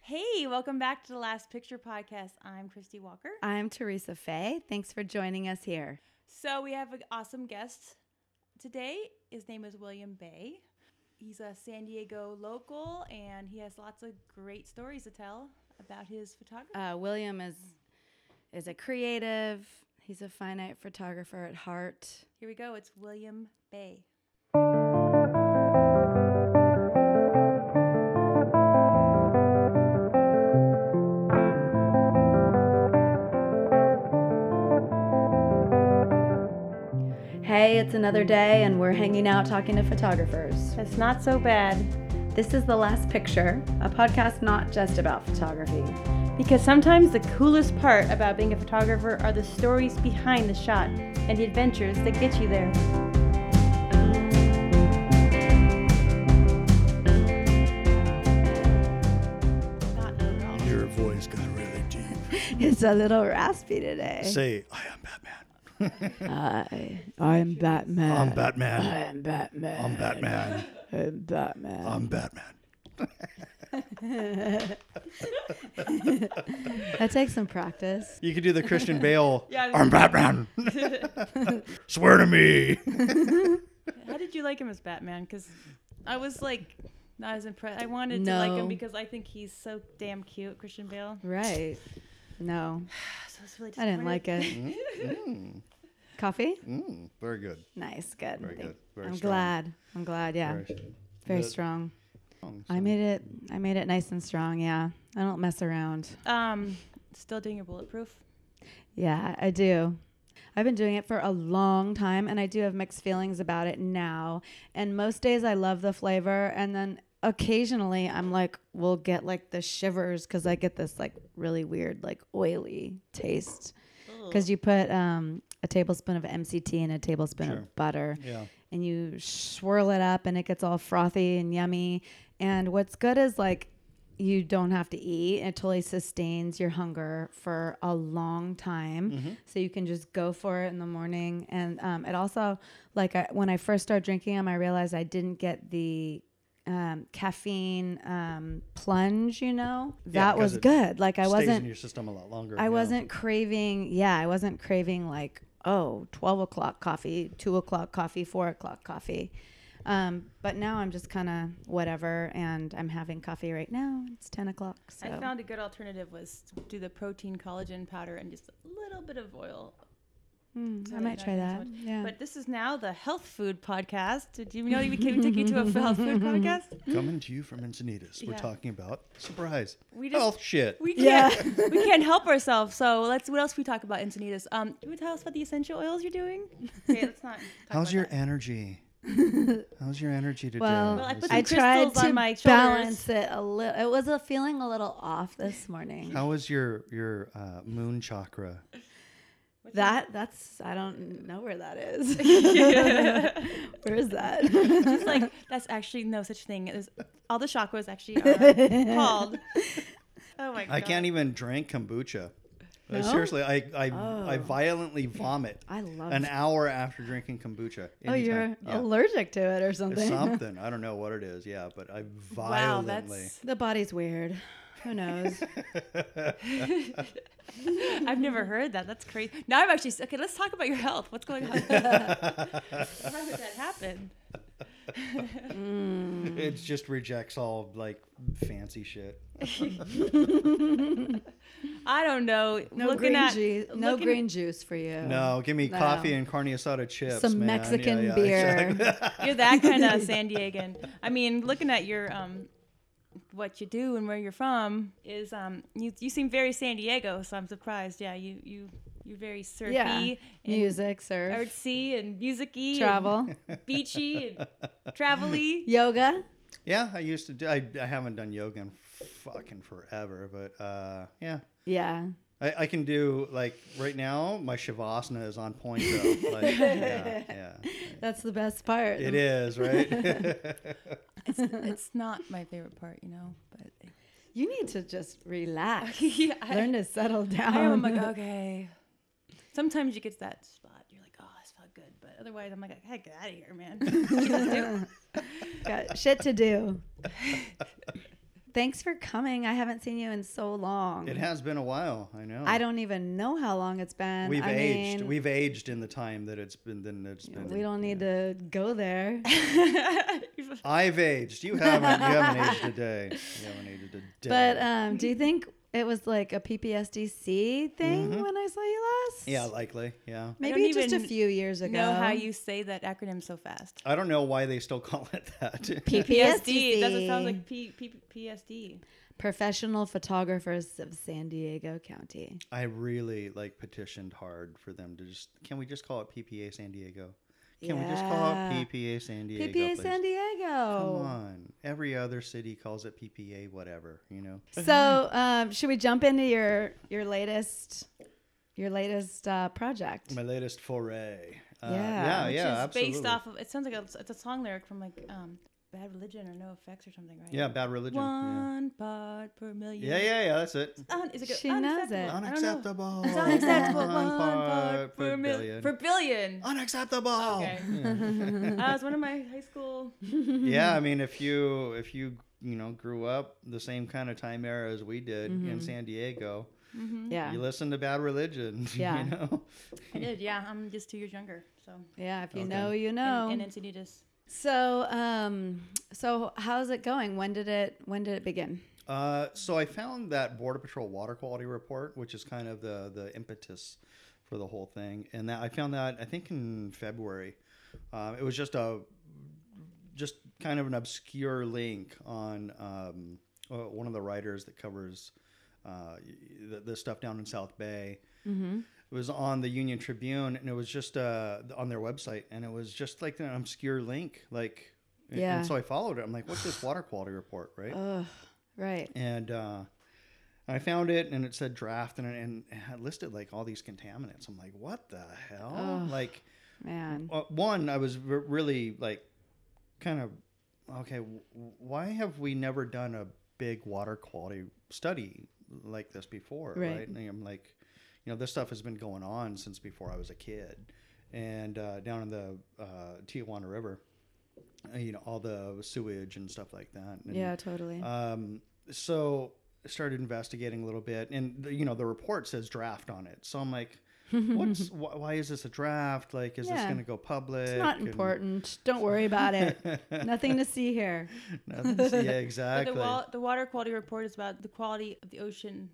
Hey, welcome back to the Last Picture Podcast. I'm Christy Walker. I'm Teresa Fay. Thanks for joining us here. So we have an awesome guest today. His name is William Bay. He's a San Diego local, and he has lots of great stories to tell about his photography. Uh, William is is a creative. He's a fine art photographer at heart. Here we go. It's William Bay. Hey, it's another day, and we're hanging out talking to photographers. It's not so bad This is the Last Picture, a podcast not just about photography. because sometimes the coolest part about being a photographer are the stories behind the shot and the adventures that get you there. Your voice got really deep. It's a little raspy today. Say, I am Batman. I, I'm Uh, Batman. I'm Batman. I'm Batman. I'm Batman. I'm Batman. I'm Batman. That takes some practice. You could do the Christian Bale. Yeah. I'm Batman. Swear to me. How did you like him as Batman? Because I was like not as impressed. I wanted to like No. him because I think he's so damn cute, Christian Bale. Right. No, So I was really I didn't disappointed. like it. Coffee? Mm, very good. Nice, good. Very Thank- good. Very I'm strong. glad. I'm glad. Yeah, Very very, strong. Good. strong. Strong, I made it. I made it nice and strong. Yeah, I don't mess around. Um, still doing your bulletproof. Yeah, I do. I've been doing it for a long time, and I do have mixed feelings about it now. And most days, I love the flavor, and then occasionally, I'm like, we'll get like the shivers because I get this like really weird, like oily taste because you put um, a tablespoon of MCT and a tablespoon Sure. of butter. Yeah. and you swirl it up and it gets all frothy and yummy. And what's good is like you don't have to eat. It totally sustains your hunger for a long time. Mm-hmm. So you can just go for it in the morning. And um, it also, like I, when I first started drinking them, I realized I didn't get the um, caffeine um, plunge, you know? Yeah, That 'cause was it good. Like I Stays wasn't in your system a lot longer. I yeah. wasn't craving, yeah, I wasn't craving like, oh, 12 o'clock coffee, 2 o'clock coffee, 4 o'clock coffee. Um, but now I'm just kind of whatever, and I'm having coffee right now. It's 10 o'clock. So. I found a good alternative was to do the protein collagen powder and just a little bit of oil. Mm, so I that might you're try not that. eating yeah. But this is now the health food podcast. Did you know we can we take you to a health food podcast? Coming to you from Encinitas. We're Yeah. talking about surprise. We just- health shit. We can't. we can't help ourselves. So let's. What else we talk about, Encinitas? Um, do you want to tell us about the essential oils you're doing? Okay, let's not. Talk about How's your that. energy? How's your energy today? well, Well, I put Is some I it- tried crystals on to my shoulders. balance it a little. It was a feeling a little off this morning. how is your your uh, moon chakra? That that's I don't know where that is. where is that? She's like, that's actually no such thing. It was, all the chakras actually are called. Oh my god! I can't even drink kombucha. Uh, No? Oh. Seriously, I I, I violently vomit I love an hour after drinking kombucha. Oh, you're anytime. Yeah. allergic to it or It's something. something. I don't know what it is. Yeah, but I Wow, violently. that's. The body's weird. Who knows? I've never heard that. That's crazy. Now I'm actually okay. Let's talk about your health. What's going on? How did that happen? It mm. just rejects all like fancy shit. I don't know. No looking green at juice. No looking- green juice for you. No, give me Oh, No. coffee and carne asada chips. Some man. Yeah, Mexican yeah, beer. exactly. You're that kind of San Diegan. I mean, looking at your um, what you do and where you're from is um, you you seem very San Diego. So I'm surprised. Yeah, you you you're very surfy, Yeah. and Music, surf, artsy, and musicy, travel, and beachy, and travel-y. yoga. yeah, I used to do. I, I haven't done yoga in fucking forever, but uh, yeah, Yeah. I, I can do like right now. My shavasana is on point though. Like, yeah, yeah, That's the best part. it is right. It's, it's not my favorite part, you know, but You need to just relax. yeah, I, Learn to settle down. I am I'm like okay. Sometimes you get to that spot. You're like, oh, this felt good, but otherwise, I'm like, hey, get out of here, man. Got shit to do. Thanks for coming. I haven't seen you in so long. It has been a while. I know. I don't even know how long it's been. We've I aged. mean, We've aged in the time that it's been. Then it's been. we don't need to go there. I've aged. You haven't. You haven't aged a day. You haven't aged a day. But um, do you think it was like a PPSDC thing when I saw you last? Mm-hmm. yeah, likely. Yeah. Maybe don't just a even few years ago. know how you say that acronym so fast. I don't know why they still call it that. PSD. It doesn't sound like P, P, PSD. Professional Photographers of San Diego County. I really like petitioned hard for them to just. Can we just call it PPA San Diego? Can we just call Yeah. it PPA San Diego? PPA please? San Diego. Come on. Every other city calls it PPA, whatever, you know? So, um, should we jump into your your latest your latest uh, project? My latest foray. Uh, Yeah. yeah, Which yeah, It's absolutely. based off of. It sounds like a, it's a song lyric from like um, Bad Religion or No Effects or something, right? yeah, bad religion. Yeah. One part per million. yeah, yeah, yeah, that's it. Un- is it good? She knows Unacceptable. it. I don't know. Unacceptable. It's unacceptable. One part part per million. Per billion. Unacceptable. Okay. Uh, it was one of my high school. yeah, I Mm-hmm. mean, if you if you you know grew up the same kind of time era as we did Mm-hmm. in San Diego, Yeah, you listen to Bad Religion. Yeah. you know. I did, yeah. I'm just two years younger, so. yeah. If you Okay. know, you know. And, and Encinitas. so, um, so how's it going? When did it When did it begin? Uh, so I found that Border Patrol water quality report, which is kind of the the impetus for the whole thing, and that I found that I think in February. Um, it was just a just kind of an obscure link on um, uh, one of the writers that covers uh, the, the stuff down in South Bay. Mm-hmm. It was on the Union Tribune, and it was just uh, on their website, and it was just like an obscure link, like. and- Yeah. And so I followed it. I'm like, what's this water quality report, right? Ugh, right. and uh, I found it, and it said draft, and and it had listed like all these contaminants. I'm like, what the hell? Like, Man. uh, one, I was r- really like, kind of, okay, w- why have we never done a big water quality study like this before? Right. Right. And I'm like, you know, this stuff has been going on since before I was a kid, and uh, down in the uh, Tijuana River. uh, You know all the sewage and stuff like that. And, Yeah, totally. um, so I started investigating a little bit, and you know the report says draft on it. So I'm like, what's wh- why is this a draft? Like, is this Yeah. going to go public? it's not And- important. Don't worry about it. Nothing to see here. Nothing to see- yeah, But exactly. The, wa- the water quality report is about the quality of the ocean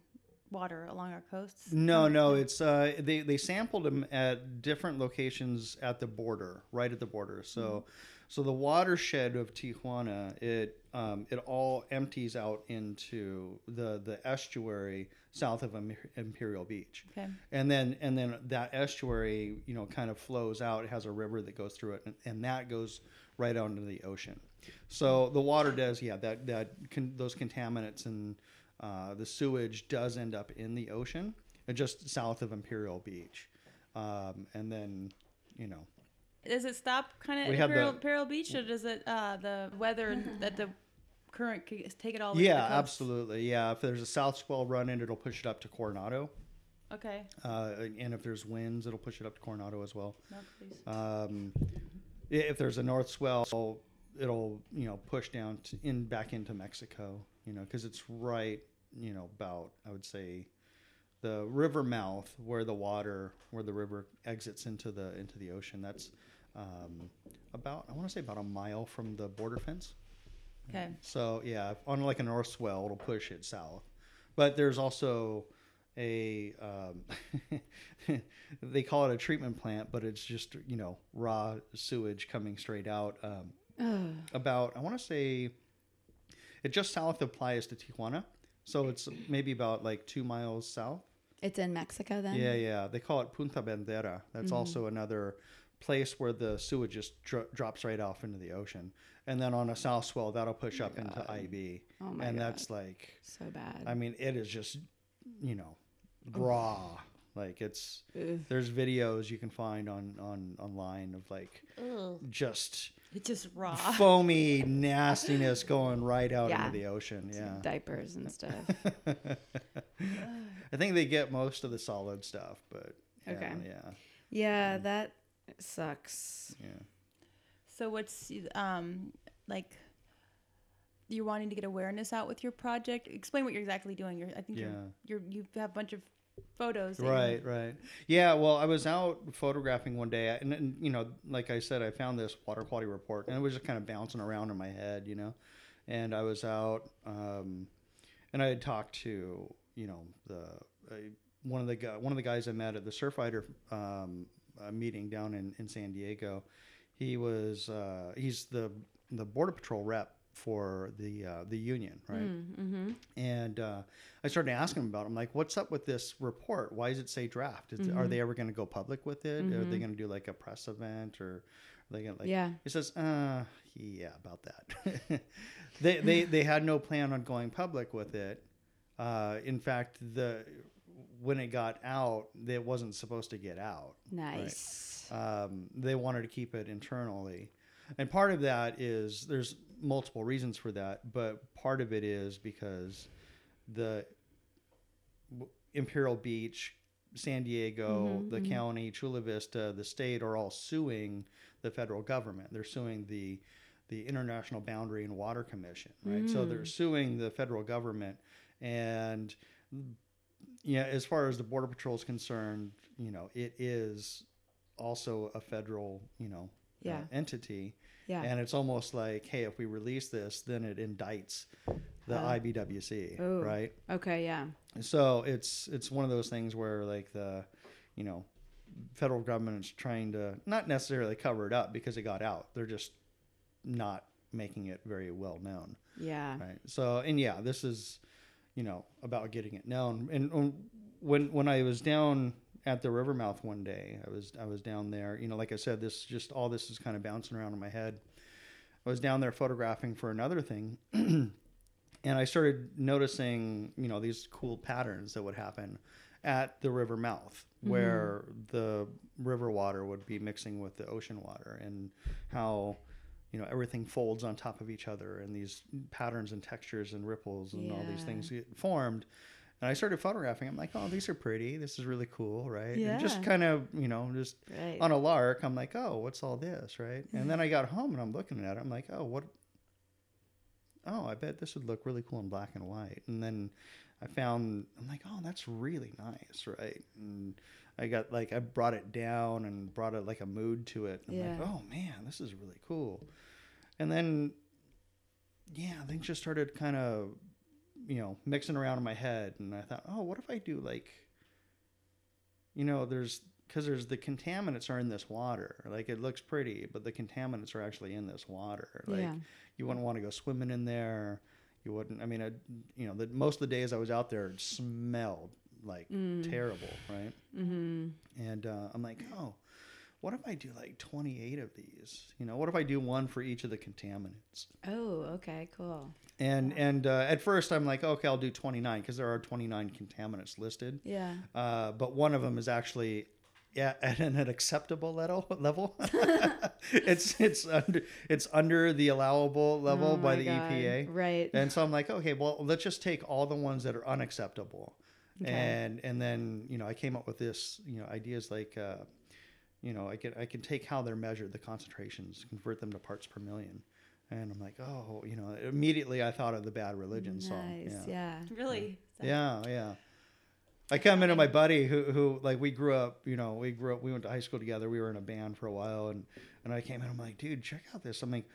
water along our coasts. No, no, it's uh, they they sampled them at different locations at the border, right at the border. So, Mm-hmm. so the watershed of Tijuana, it um, it all empties out into the the estuary south of Im- Imperial Beach. Okay. And then and then that estuary, you know, kind of flows out. It has a river that goes through it, and, and that goes right out into the ocean. So the water does, yeah, that that con- those contaminants and uh, the sewage does end up in the ocean, uh, just south of Imperial Beach, um, and then you know, Does it stop kind of We at had Imperial, the- Imperial Beach, or does it uh, the weather and that the current c- take it all? the way to yeah, the coast? absolutely, yeah. If there's a south swell running, it'll push it up to Coronado, Okay. uh, and if there's winds, it'll push it up to Coronado as well. No, please. Um, i- if there's a north swell, it'll- it'll you know push down to, in back into Mexico, you know, because it's right you know about I would say the river mouth where the water where the river exits into the into the ocean. That's um, about I want to say about a mile from the border fence. Okay. So yeah, on like a north swell, it'll push it south. But there's also a um, they call it a treatment plant, but it's just you know raw sewage coming straight out. Um, about I want to say it just south of Playas de Tijuana, so it's maybe about like two miles south. It's in Mexico then. Yeah, yeah. They call it Punta Bandera. That's Mm-hmm. also another place where the sewage just dro- drops right off into the ocean. And then on a south swell, that'll push up into IB. Oh my God. and Mm. that's like, So bad. I mean, it is just, you know, raw. Like it's there's videos you can find on on online of like just It's just raw. foamy nastiness going right out Yeah. into the ocean. Yeah. Diapers and stuff. I think they get most of the solid stuff, but yeah, Okay. yeah. yeah, that sucks. Yeah. So what's um like you're wanting to get awareness out with your project. Explain what you're exactly doing. You're, I think Yeah. you're, you're, you have a bunch of photos. that you- Right, right. Yeah, well, I was out photographing one day, and, and you know, like I said, I found this water quality report, and it was just kind of bouncing around in my head, you know. And I was out, um, and I had talked to you know the uh, one of the gu- one of the guys I met at the Surf Rider um, uh, meeting down in, in San Diego. He was uh, he's the the border patrol rep for the uh, the union, right? Mm, mm-hmm. And uh, I started asking him about. It. I'm like, "What's up with this report? Why does it say draft? Is, Are they ever going to go public with it? Are they going to do like a press event, or are they going to like?" Yeah. He says, "Uh, yeah, about that. they they they had no plan on going public with it. Uh, in fact, the when it got out, it wasn't supposed to get out. Nice. Um, they wanted to keep it internally. And part of that is there's multiple reasons for that, but part of it is because the w- Imperial Beach, San Diego, the county, Chula Vista, the state are all suing the federal government. They're suing the the International Boundary and Water Commission, right? So they're suing the federal government and yeah, as far as the border patrol is concerned, you know, it is also a federal, you know, uh, Yeah. entity. Yeah. And it's almost like, hey, if we release this, then it indicts the IBWC, Uh-huh. Ooh. right? Okay. Yeah. So it's it's one of those things where like the, you know, federal government is trying to not necessarily cover it up because it got out. They're just not making it very well known. Yeah. Right. So, and yeah, this is, you know, about getting it known. And um, when when I was down at the Rivermouth one day, I was I was down there. You know, like I said, this just all this is kind of bouncing around in my head. I was down there photographing for another thing, and I started noticing, you know, these cool patterns that would happen at the river mouth Mm-hmm. where the river water would be mixing with the ocean water and how you know everything folds on top of each other and these patterns and textures and ripples and all these Yeah. things get formed and i started photographing i'm like oh these are pretty this is really cool right and just Yeah. kind of you know just Right. Mm-hmm. on a lark i'm like oh what's all this right and then i got home and i'm looking at it i'm like oh what oh, I bet this would look really cool in black and white. And then I found, I'm like, oh, that's really nice, right? And I got like, I brought it down and brought it like a mood to it. And I'm Yeah. like, oh man, this is really cool. And then, yeah, things just started kind of, you know, mixing around in my head. And I thought, oh, what if I do like, you know, there's, because there's the contaminants are in this water. Like it looks pretty, but the contaminants are actually in this water. Like Yeah. you wouldn't want to go swimming in there. You wouldn't. I mean, I, you know, the, most of the days I was out there, it smelled like Mm, terrible, right? Mm-hmm. And uh, I'm like, oh, what if I do like 28 of these? You know, what if I do one for each of the contaminants? Oh. Okay. Cool. And and uh, at first I'm like, okay, I'll do 29 because there are 29 contaminants listed. Yeah. Uh, but one of them is actually yeah, at an acceptable level. level. it's it's under it's under the allowable level Oh by my the E God. EPA. Right. And so I'm like, okay, well, let's just take all the ones that are unacceptable, and and then you know I came up with this you know ideas like, uh, you know I can I can take how they're measured, the concentrations, convert them to parts per million, and I'm like, oh, you know, immediately I thought of the Bad Religion song. nice. Yeah. Really? Yeah, yeah. I come into my buddy who, who like we grew up, you know, we grew up, we went to high school together. We were in a band for a while, and and I came in. I'm like, dude, check out this. I'm like,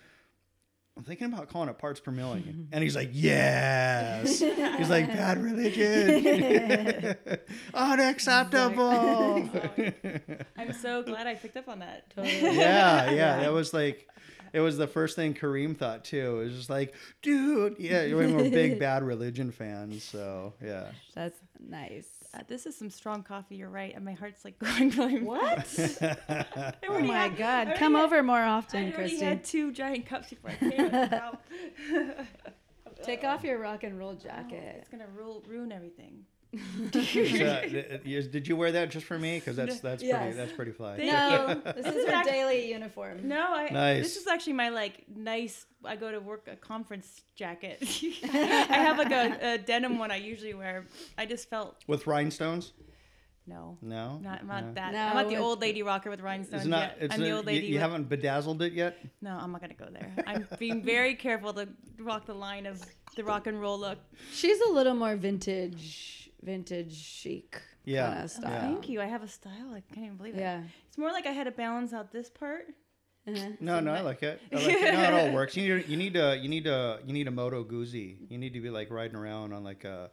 I'm thinking about calling it parts per million, and he's like, yes. he's like, bad religion, unacceptable. I'm so glad I picked up on that. Totally. yeah, yeah. That was like, it was the first thing Kareem thought too. It was just like, dude, yeah, we were big bad religion fans, so yeah. That's nice. Uh, this is some strong coffee. You're right, and my heart's like going, going. What? Oh my God. already Come had- over more I often, already Kristen. had two giant cups before I came. Wow. Take off your rock and roll jacket. It's gonna ru- ruin everything. So, d- is- did you wear that just for me? Because that's that's Yes. pretty that's pretty fly. Thank No, this is is her act- daily uniform. No, I. Nice. This is actually my like nice. I go to work a conference jacket. I have like a, a denim one I usually wear. I just felt With rhinestones. No. No, Not, I'm not No. that. No, I'm not the it- old lady rocker with rhinestones It's not. yet. It's I'm the not- old you- lady. you with- haven't bedazzled it yet. No, I'm not gonna go there. I'm being very careful to rock the line of the rock and roll look. She's a little more vintage, vintage chic Yeah. kind of Oh, style. Thank you. I have a style. I can't even believe it. Yeah. It's more like I had to balance out this part. Uh-huh. No, no, I like it. I like it. No, it all works. You need, you need a, you need a, you need a moto guzzi. You need to be like riding around on like a,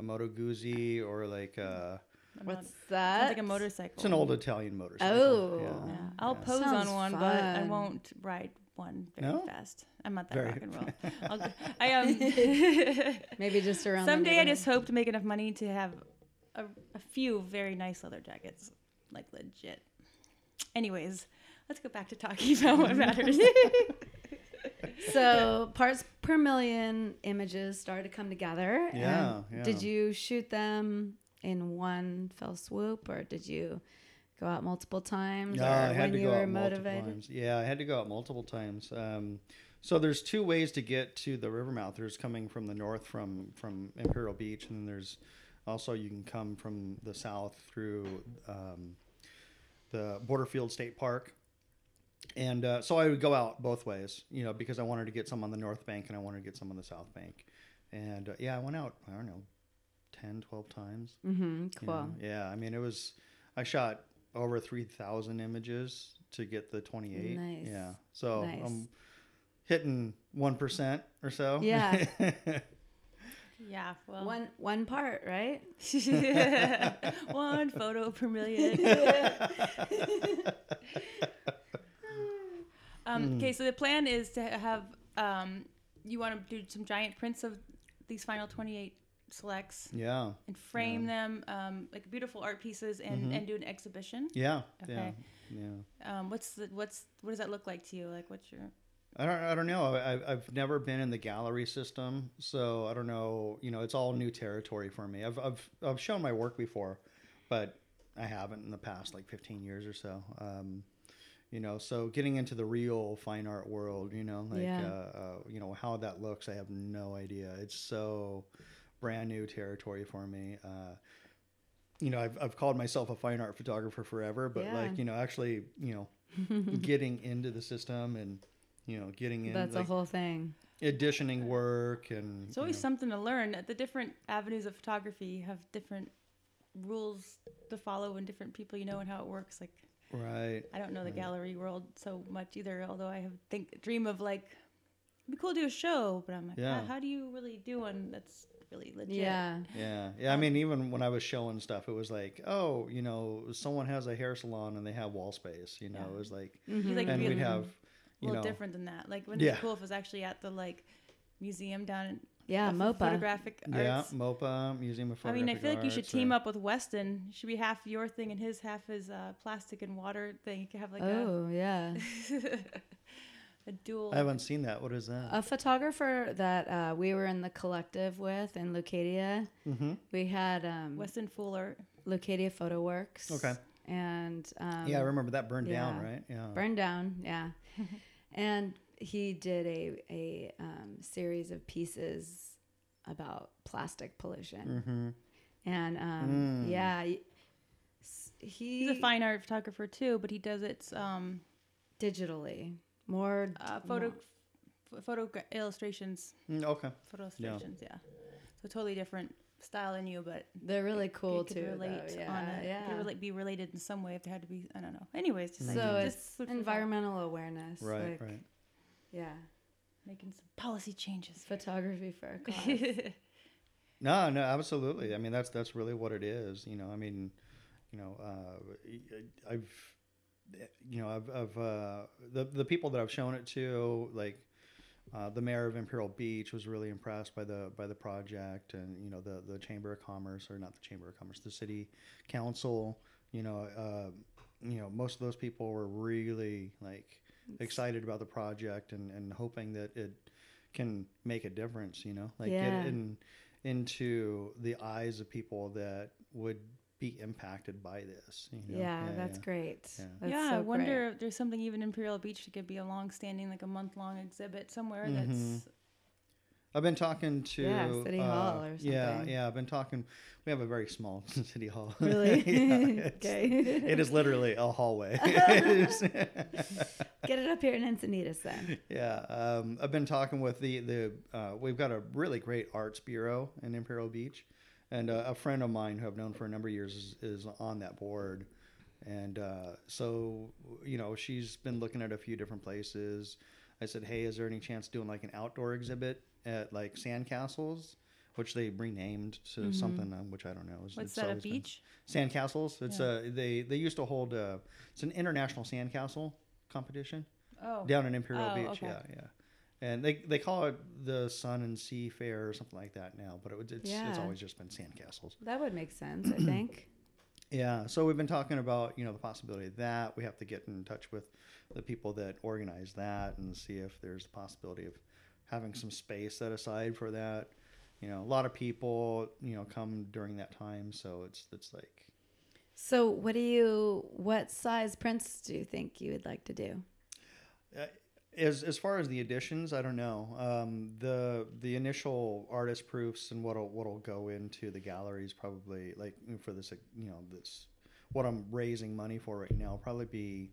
a moto guzzi or like a. I'm not- What's It's that? like a motorcycle. It's an old Italian motorcycle. Oh. Yeah. Yeah. I'll pose Sounds on one, but I fun. won't ride one very No? fast. I'm not that Very- rock and roll. I'll, I am. Maybe just around. the Someday I neighborhood. just hope to make enough money to have a, a few very nice leather jackets, like legit. Anyways, let's go back to talking about what matters. So parts per million images started to come together. and Yeah, Um, yeah. Did you shoot them in one fell swoop, or did you go out multiple times, No, or I when had to you go were out multiple motivated? times. Yeah, I had to go out multiple times. Um, so there's two ways to get to the river mouth. There's coming from the north from from Imperial Beach, and then there's also you can come from the south through um, the Borderfield State Park. And uh, so I would go out both ways, you know, because I wanted to get some on the north bank and I wanted to get some on the south bank. And uh, yeah, I went out, I don't know, 10, 12 times. Mm-hmm. you Cool. know? Yeah, I mean, it was. I shot over three thousand images to get the twenty-eight. Nice. Yeah, so Nice. I'm hitting one percent or so. Yeah. yeah, well, One one part, right? one photo per million. Hmm. um, okay, so the plan is to have um, you want to do some giant prints of these final 28 selects yeah. Mm-hmm. and frame them um, like beautiful art pieces and, and do an exhibition. Yeah. Yeah. Okay. Yeah. Um, what's the, what's what does that look like to you? Like what's your I don't, I don't know. I, I've- I've never been in the gallery system, so I don't know. You know, it's all new territory for me. I've, I've, I've shown my work before, but I haven't in the past like 15 years or so. Um, you know, so getting into the real fine art world, you know, like, Yeah. uh, uh, you know, how that looks, I have no idea. It's so brand new territory for me. Uh, you know, I've, I've called myself a fine art photographer forever, but Yeah. like, you know, actually, you know, getting into the system and, you know, getting in That's like, a whole thing. additioning work and It's you always know, something to learn. The different avenues of photography have different rules to follow and different people you know and how it works. Like right. I don't know the gallery world so much either, although I have think dream of like it'd be cool to do a show, but I'm like, Yeah. how, how do you really do one that's really legit? Yeah. Yeah. Yeah. I mean, even when I was showing stuff, it was like, oh, you know, someone has a hair salon and they have wall space, you know, Yeah. it was like, You Mm-hmm. like and be we a have, you little know, different than that. Like wouldn't it Yeah. be cool if it was actually at the like museum down in Yeah, of MOPA. photographic arts. yeah, MOPA, Museum of I mean, I Photographic feel like you should Arts team or- up with Weston. It should be half your thing and his half his uh, plastic and water thing. You could have like oh yeah. a, a dual. I haven't seen that. What is that? Uh, A photographer that uh, we were in the collective with in Lucadia, Mhm. we had um, Weston Fuller. Lucadia Photo Works. Okay. And um, yeah, I remember that burned down, yeah. right? Yeah. burned down, yeah. and he did a a um, series of pieces about plastic pollution, Mm-hmm. and um, Mm. yeah, y- s- he He's a fine art photographer too, but he does it's um, digitally more uh, d- photo more- f- photo gra- illustrations, Mm, okay. photo Yeah. illustrations. Yeah. So totally different style in you, but They're really cool you could too. though, relate yeah, on it. yeah. It could relate, be related in some way if they had to be. I don't know. Anyways, just like, so just it's food for thought. environmental awareness, like, Right, right. Yeah, making some policy changes. photography for a cause. No, no, absolutely. I mean, that's that's really what it is. You know, I mean, you know, uh, I've, you know, I've, I've uh, the the people that I've shown it to, like uh, the mayor of Imperial Beach, was really impressed by the by the project, and you know, the the Chamber of Commerce, or not the Chamber of Commerce, the City Council. You know, uh, you know, most of those people were really like excited about the project and and hoping that it can make a difference. You know, like get Yeah. it in into the eyes of people that would be impacted by this. You know? yeah, that's great. Yeah. That's yeah, so I wonder great. if there's Mm-hmm. something even in Imperial Beach that could be a long-standing, like a month-long exhibit somewhere that's I've been talking to Yeah, City uh, Hall or Yeah, something. yeah. I've been talking. We have a very small city hall. Really? Yeah, it's- Okay. It is literally a hallway. It's- Get it up here in Encinitas then. yeah, um, I've been talking with the the. Uh, we've got a really great arts bureau in Imperial Beach, and uh, a friend of mine who I've known for a number of years is, is on that board, and uh, so you know she's been looking at a few different places. I said, hey, is there any chance doing like an outdoor exhibit at like Sandcastles? Which they renamed to something, um, which I don't know. It's- Mm-hmm. What's it's that? A always been- beach? Sandcastles. It's Yeah. uh they they used to hold uh it's an international sandcastle competition Oh, down in Imperial Oh, Beach. okay. Yeah, yeah. And they, they call it the Sun and Sea Fair or something like that now, but it, was- it's it's Yeah. always just been sandcastles. That would make sense, I think. Yeah. So we've been talking about you know the possibility of that. We have to get in touch with the people that organize that and see if there's the possibility of having some space set aside for that. You know, a lot of people you know come during that time, so it's it's like So, what do you? What size prints do you think you would like to do? As as far as the additions, I don't know. Um, the the initial artist proofs and what'll what'll go into the galleries probably like for this like, you know this what I'm raising money for right now will probably be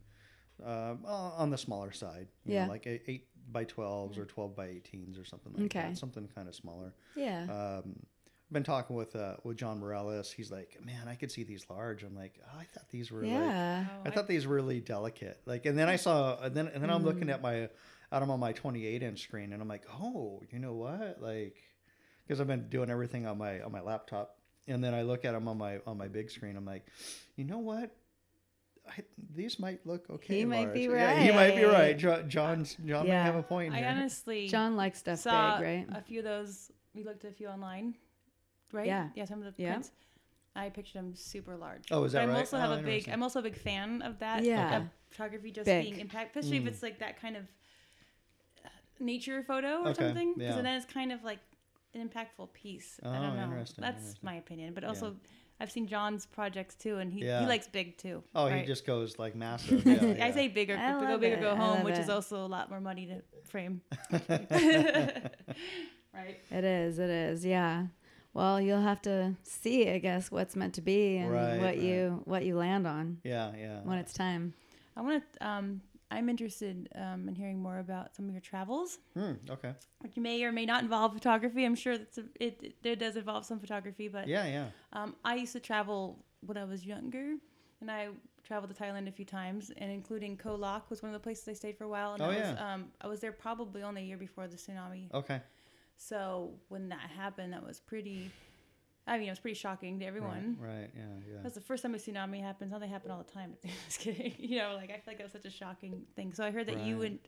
uh, on the smaller side. You Yeah. Mm. know, like eight, eight by twelves or twelve by eighteens or something like Okay. that. Something kind of smaller. Yeah. Um, I've been talking with uh, with John Morales. He's like, man, I could see these large. I'm like, oh, I thought these were like yeah. Oh, I thought these were really delicate. Like, and then I saw, and then and then I'm Mm-hmm. looking at my, out on my 28 inch screen, and I'm like, oh, you know what? Like, because I've been doing everything on my on my laptop, and then I look at them on my on my big screen. I'm like, you know what? I, these might look okay. He might be large." Yeah, he might be right. right. Jo- John's John Yeah. might have a point I here. honestly John likes stuff saw big, right? a few of those. We looked at a few online, right? Yeah. Yeah, some of the Yeah. prints. I pictured them super large. Oh, is that but I'm right? also have Oh, a big. interesting. I'm also a big fan of that. Yeah. of photography just Big. being impact, especially Mm. if it's like that kind of uh, nature photo or Okay, something, because yeah. then it's kind of like an impactful piece. I Oh, don't know. interesting, That's interesting. my opinion, but also. I've seen John's projects too, and he, Yeah. he likes big too. oh, right? he just goes like massive. Yeah, yeah. I say bigger, I go love big or it. I go home, love which is it. also a lot more money to frame. right. It is. It is. Yeah. Well, you'll have to see, I guess, what's meant to be and Right, what right. Uh, you what you land on yeah, yeah. when it's time. I want to. Um, I'm interested um, in hearing more about some of your travels, Hmm, okay. which may or may not involve photography. I'm sure that's a, it, it. There does involve some photography, but Yeah, yeah. um, I used to travel when I was younger, and I traveled to Thailand a few times, and including Koh Lak was one of the places I stayed for a while. And Oh, I was, yeah. um, I was there probably only a year before the tsunami Okay. So when that happened, that was pretty. I mean, it was pretty shocking to Right, everyone. right. Yeah, yeah. That was the first time a tsunami happened. Now they happen all the time. Just kidding. You know, like I feel like that was such a shocking thing. So I heard that you Right. went.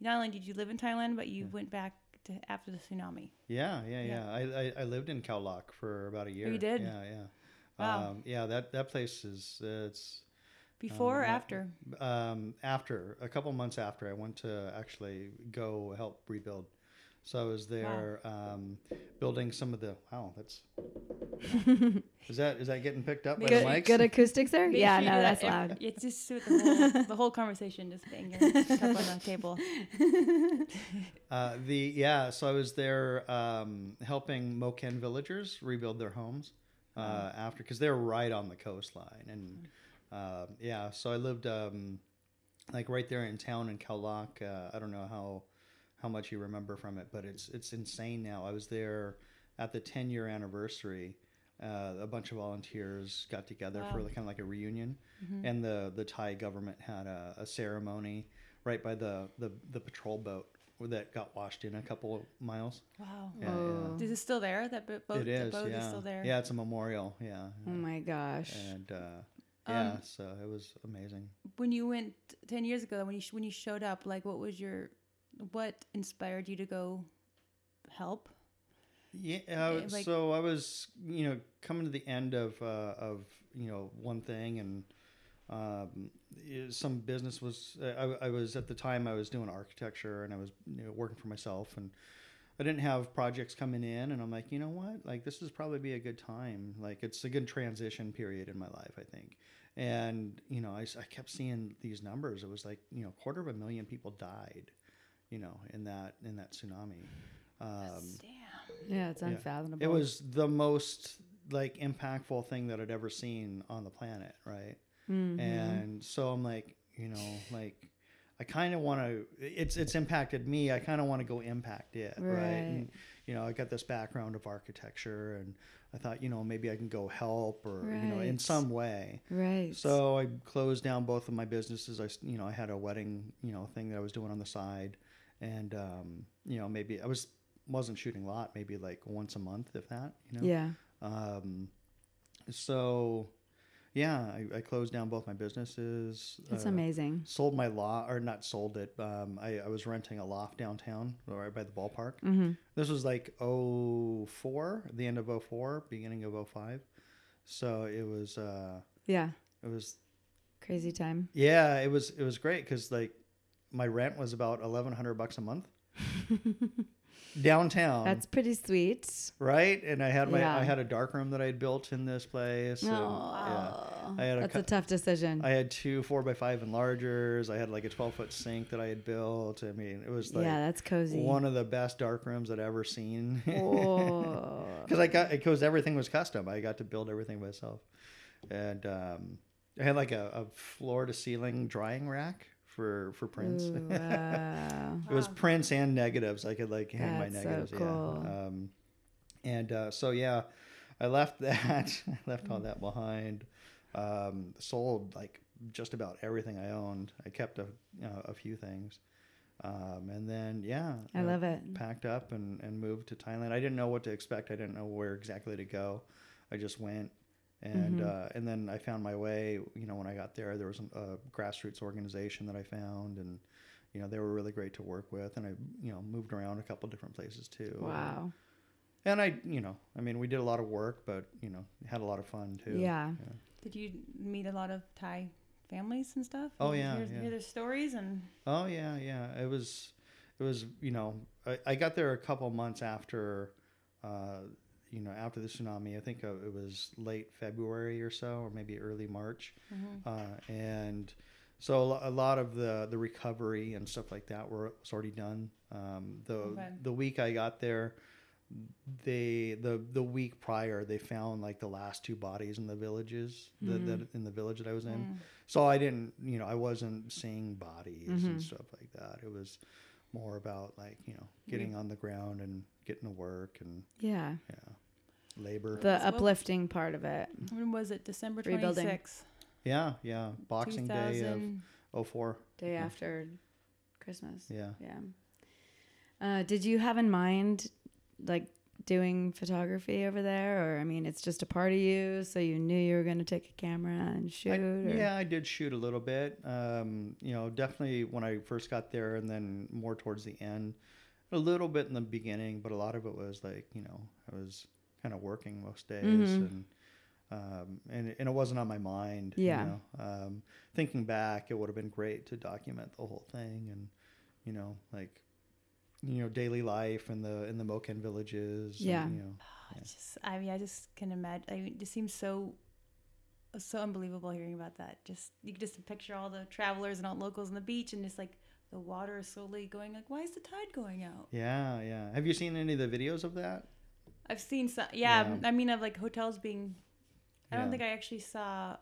Not only did you live in Thailand, but you went back to after the tsunami. Yeah, yeah, Yeah. Oh, yeah. I, I, I lived in Khao Lak for about a year. you did? Yeah, yeah. Wow. Um, yeah, that, that place is uh, it's Before or that- after? um, after a couple months after I went to actually go help rebuild. So I was there um, building some of the wow. That's is that is that getting picked up by the Good, mics? good uh, acoustics there. Make Yeah. sure you No, do that's every- loud. It's just so the whole, the whole conversation just bang your cup on the table. Uh, the yeah, so I was there um, helping Moken villagers rebuild their homes Mm. uh, after because they're right on the coastline, and um yeah, so I lived um, like right there in town in Kaulak. Uh, I don't know how how much you remember from it, but it's it's insane now. I was there at the ten year anniversary. Uh, a bunch of volunteers got together for Wow. Mm-hmm. kind of like a reunion, and the the Thai government had a, a ceremony right by the, the the patrol boat that got washed in a couple of miles. Wow. Yeah, yeah. Oh. Is it still there? That bo- boat, it is. the boat yeah. is still there. Mm. Yeah, it's a memorial. Yeah, Oh my gosh. and uh, yeah, so it was amazing. when you went 10 years ago when you sh- when you showed up like what was your what inspired you to go help Yeah, Eh, uh, like- so I was, you know, coming to the end of uh, of you know one thing, and um, eh, some business was. I, I- I was at the time I was doing architecture, and I was you know, working for myself, and I didn't have projects coming in, and I'm like, you know what, like this is probably be a good time. Like it's a good transition period in my life, I think. And you know, I, s- I kept seeing these numbers. It was like you know, quarter of a million people died, you know, in that in that tsunami Um, Damn. Yeah, it's yeah. unfathomable. It was the most like impactful thing that I'd ever seen on the planet, right? And so I'm like, you know, like I kind of want to. It's it's impacted me. I kind of want to go impact it, right? And, you know, I got this background of architecture, and I thought, you know, maybe I can go help or you know, in Right. some way. right. So I closed down both of my businesses. I, s- you know, I had a wedding, you know, thing that I was doing on the side, and um, you know, maybe I was wasn't shooting a lot, maybe like once a month, if that, you know. yeah, Um, so, yeah, I, I closed down both my businesses. it's uh, amazing. Sold my law, or not sold it. Um, I, I was renting a loft downtown, right by the ballpark. Mm-hmm. This was like 04, the end of 04, beginning of 05. So it was, uh, Yeah, it was crazy time. yeah, it was it was great because like my rent was about eleven hundred bucks a month downtown. That's pretty sweet. right, and I had my Yeah. I had a dark room that I had built in this place. and, yeah. Oh, I had a that's cou- a tough decision. I had two four by five enlargers. I had like a twelve foot sink that I had built. I mean, it was like yeah, that's cozy. one of the best dark rooms I'd ever seen. oh, because I got because everything was custom. I got to build everything myself, and um, I had like a, a floor to ceiling drying rack for for prints. Ooh, wow. It was Wow. prints and negatives. I could like hang my That's so negatives. cool. Yeah. Um, and uh, so yeah, I left that. I left Mm. all that behind. Um, sold like just about everything I owned. I kept a uh, a few things. Um, and then yeah, I uh, love it. Packed up and and moved to Thailand. I didn't know what to expect. I didn't know where exactly to go. I just went. And uh, and then I found my way. You know, when I got there, there was a grassroots organization that I found, and you know they were really great to work with and i you know moved around a couple different places too Wow. and i you know i mean we did a lot of work but you know had a lot of fun too Yeah. Did you meet a lot of Thai families and stuff? Oh, And yeah, Hear, yeah. hear their stories and oh yeah yeah it was it was you know i, I got there a couple months after uh you know after the tsunami i think uh, it was late february or so or maybe early march uh, and so a lo- a lot of the, the recovery and stuff like that were was already done. Um, the Okay. the week I got there, they the the week prior they found like the last two bodies in the villages the, the, in the village that I Mm-hmm. was in. So I didn't you know I wasn't seeing bodies and stuff like that. It was more about like you know getting on the ground and getting to work and Yeah. yeah labor. well. The uplifting part of it. hmm. when was it? December Rebuilding. 26th, yeah yeah Boxing Day 2000. of 04. Day after Christmas. Yeah. Yeah. Uh, did you have in mind like doing photography over there, or I mean, it's just a part of you, so you knew you were going to take a camera and shoot? I- or- yeah, I did shoot a little bit. Um, you know, definitely when I first got there, and then more towards the end, a little bit in the beginning, but a lot of it was like you know I was kind of working most days, Mm-hmm. and um, and and it wasn't on my mind. you Yeah. know. Um, thinking back, it would have been great to document the whole thing, and you know, like you know, daily life in the in the Moken villages. and, Yeah. you know, Oh, it's just, I mean, I just can imagine. I mean, it just seems so, so unbelievable hearing about that. Just you can just picture all the travelers and all the locals on the beach, and just like the water is slowly going. Like, why is the tide going out? yeah, yeah. Have you seen any of the videos of that? I've seen some. Yeah, Yeah. I mean, of like hotels being. I Yeah. don't think I actually saw.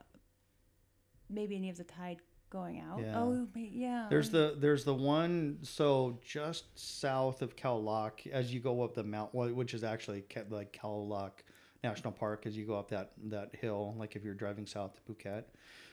Maybe any of the tide going out. Yeah. Oh, ma- yeah. There's the there's the one so just south of Kowlock as you go up the mount wh- which is actually Ke- like Kowlock National Park as you go up that that hill like if you're driving south to Phuket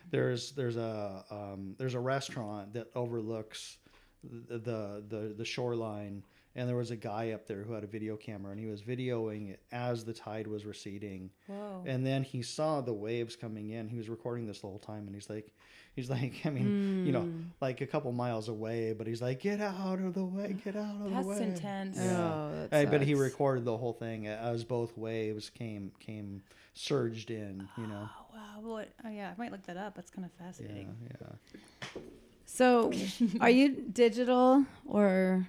there's there's a um, there's a restaurant that overlooks the, the the the shoreline and there was a guy up there who had a video camera and he was videoing it as the tide was receding Whoa. and then he saw the waves coming in. He was recording this the whole time, and he's like, he's like, I mean, Hmm. you know, like a couple miles away, but he's like, get out of the way, get out of That's the way. intense. Yeah. Oh, that Uh, but he sucks. recorded the whole thing as both waves came came surged in. You know. Oh, wow. What? Oh, yeah. I might look that up. That's kind of Yeah, fascinating. yeah. So, are you digital or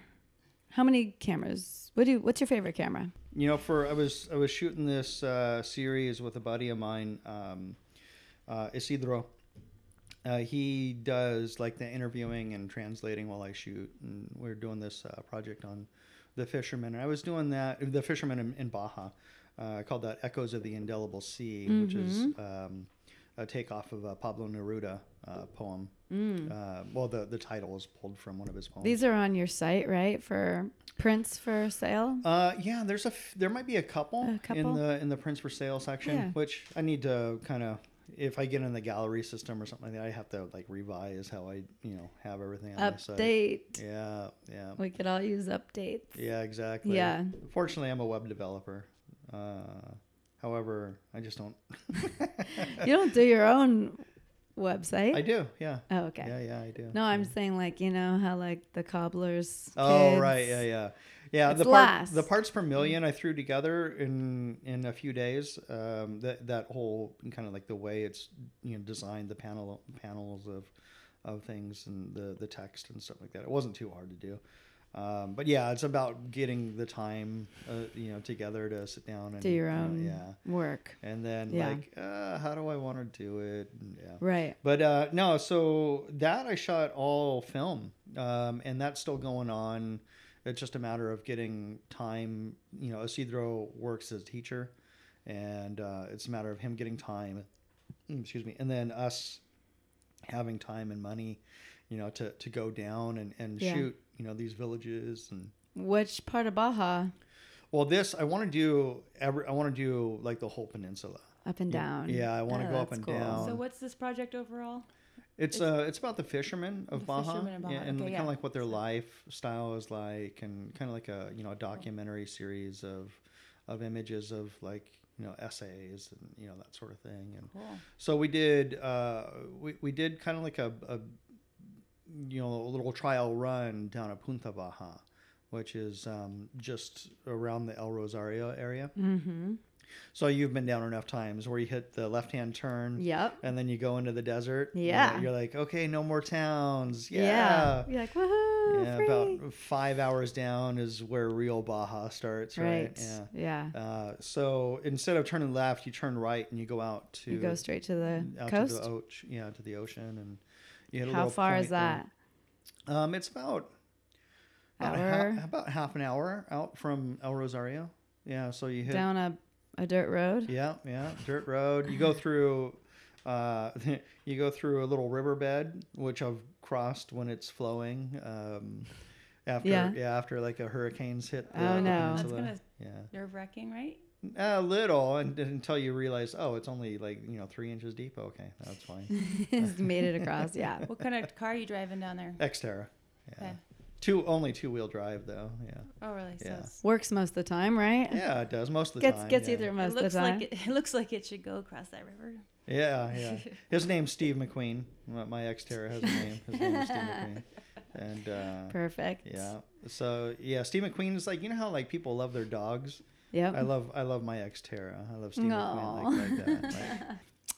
how many cameras? What do you, what's your favorite camera? you know for i was i was shooting this uh, series with a buddy of mine um, uh, isidro uh, he does like the interviewing and translating while i shoot and we're doing this uh, project on the fishermen. And I was doing that, the fishermen in, in Baja. Uh, I called that Echoes of the Indelible Sea, which is um, a takeoff of a Pablo Neruda uh, poem. Uh, well, the, the title is pulled from one of his poems. These are on your site, right? For prints for sale. Uh, yeah, there's a f- there might be a couple, A couple? in the in the prints for sale section, Yeah. which I need to kind of if I get in the gallery system or something like that, I have to like revise how I you know have everything on my site. Update. Yeah, yeah, We could all use updates. yeah, exactly. Yeah. Fortunately, I'm a web developer. Uh, however, I just don't. You don't do your own website. I do. Yeah. oh, okay. Yeah, yeah, I do. No, I'm saying like you know how like the cobblers. Oh kids- right, yeah, yeah, yeah. It's the part, last. the parts per million I threw together in in a few days. Um, that that whole kind of like the way it's you know designed the panel panels of of things and the the text and stuff like that. It wasn't too hard to do. Um, but yeah, it's about getting the time, uh, you know, together to sit down and Do your uh, own yeah, work. and then Yeah. like, uh, how do I want to do it? And, yeah, Right. but uh, no, so that I shot all film, um, and that's still going on. It's just a matter of getting time. You know, Isidro works as a teacher, and uh, it's a matter of him getting time. mm, Excuse me, and then us having time and money, you know, to, to go down and, and Yeah. shoot, you know, these villages and Which part of Baja? well, this I want to do. Every I want to do like the whole peninsula. Up and down. Yeah, I want to Oh, go up that's and cool. down. So what's this project overall? It's, It's- uh, it's about the fishermen of The Baja, fishermen in Baja. Yeah, and Okay, kind yeah. of like what their lifestyle is like, and kind of like a you know a documentary series of of images of like you know essays and you know that sort of thing. And Cool. so we did uh, we we did kind of like a, a you know a little trial run down at Punta Baja, which is um, just around the El Rosario area. Mm. Mm-hmm. So you've been down enough times where you hit the left hand turn Yep. and then you go into the desert. you know, Yeah. You're like, okay, no more towns. Yeah. Yeah. You're like woohoo! Yeah, free. about five hours down is where real Baja starts, right? right. Yeah. Yeah. Uh, so instead of turning left, you turn right and you go out to You go straight to the out coast. to the ocean, yeah, to the ocean, and you hit a How little far is point there. that? Um, it's about about, a Hour? ha- about half an hour out from El Rosario. Yeah, so you hit Down a, a dirt road. Yeah, yeah, dirt road. You go through, uh, you go through a little riverbed, which I've crossed when it's flowing. Um, after Yeah. yeah. after like a hurricane's hit. Oh, the no. That's peninsula. gonna- Nerve wracking, right? yeah, a little, and until you realize, oh, it's only like you know three inches deep. Okay, that's fine. Just made it across. Yeah. What kind of car are you driving down there? Xterra. Yeah. Okay. Two only two wheel drive though. Yeah. Oh, really? So Yeah. it's, Works most of the time, right? Yeah, it does most of the Gets time. gets yeah. you through it most of looks the time. like it, it looks like it should go across that river. Yeah, yeah. His name's Steve McQueen. My- My ex Tara has a name. His name is Steve McQueen. And uh, Perfect. Yeah. So yeah, Steve McQueen is like you know how like people love their dogs. Yep. I love I love my ex Tara. I love Steve McQueen Aw. like, like that. Like,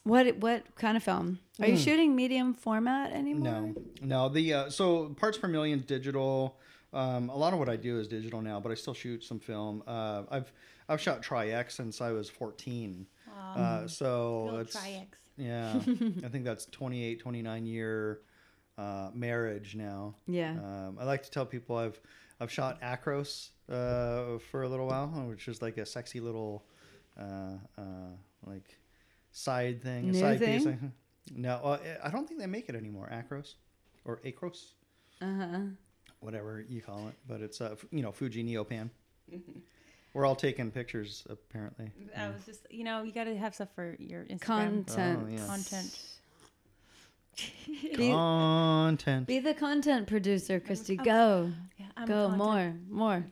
What what kind of film? Are you Mm. shooting medium format anymore? no, no. The uh, so parts per million digital. Um, a lot of what I do is digital now, but I still shoot some film. Uh, I've I've shot Tri-X since I was 14. Wow. Uh, so Little it's Tri-X. yeah, I think that's 28, 29 year uh, marriage now. Yeah. Um, I like to tell people I've I've shot Acros uh, for a little while, which is like a sexy little uh, uh, like side thing, a New side piece. thing? No, uh, I don't think they make it anymore. Acros or Acros, Uh-huh. whatever you call it, but it's uh, f- you know Fuji Neopan. Mm-hmm. We're all taking pictures apparently. I was just, you know, you got to have stuff for your Instagram Content. Oh, yeah. content. Be, Content. be the content producer, Christy. Go. Yeah, I'm a Go content- more. More.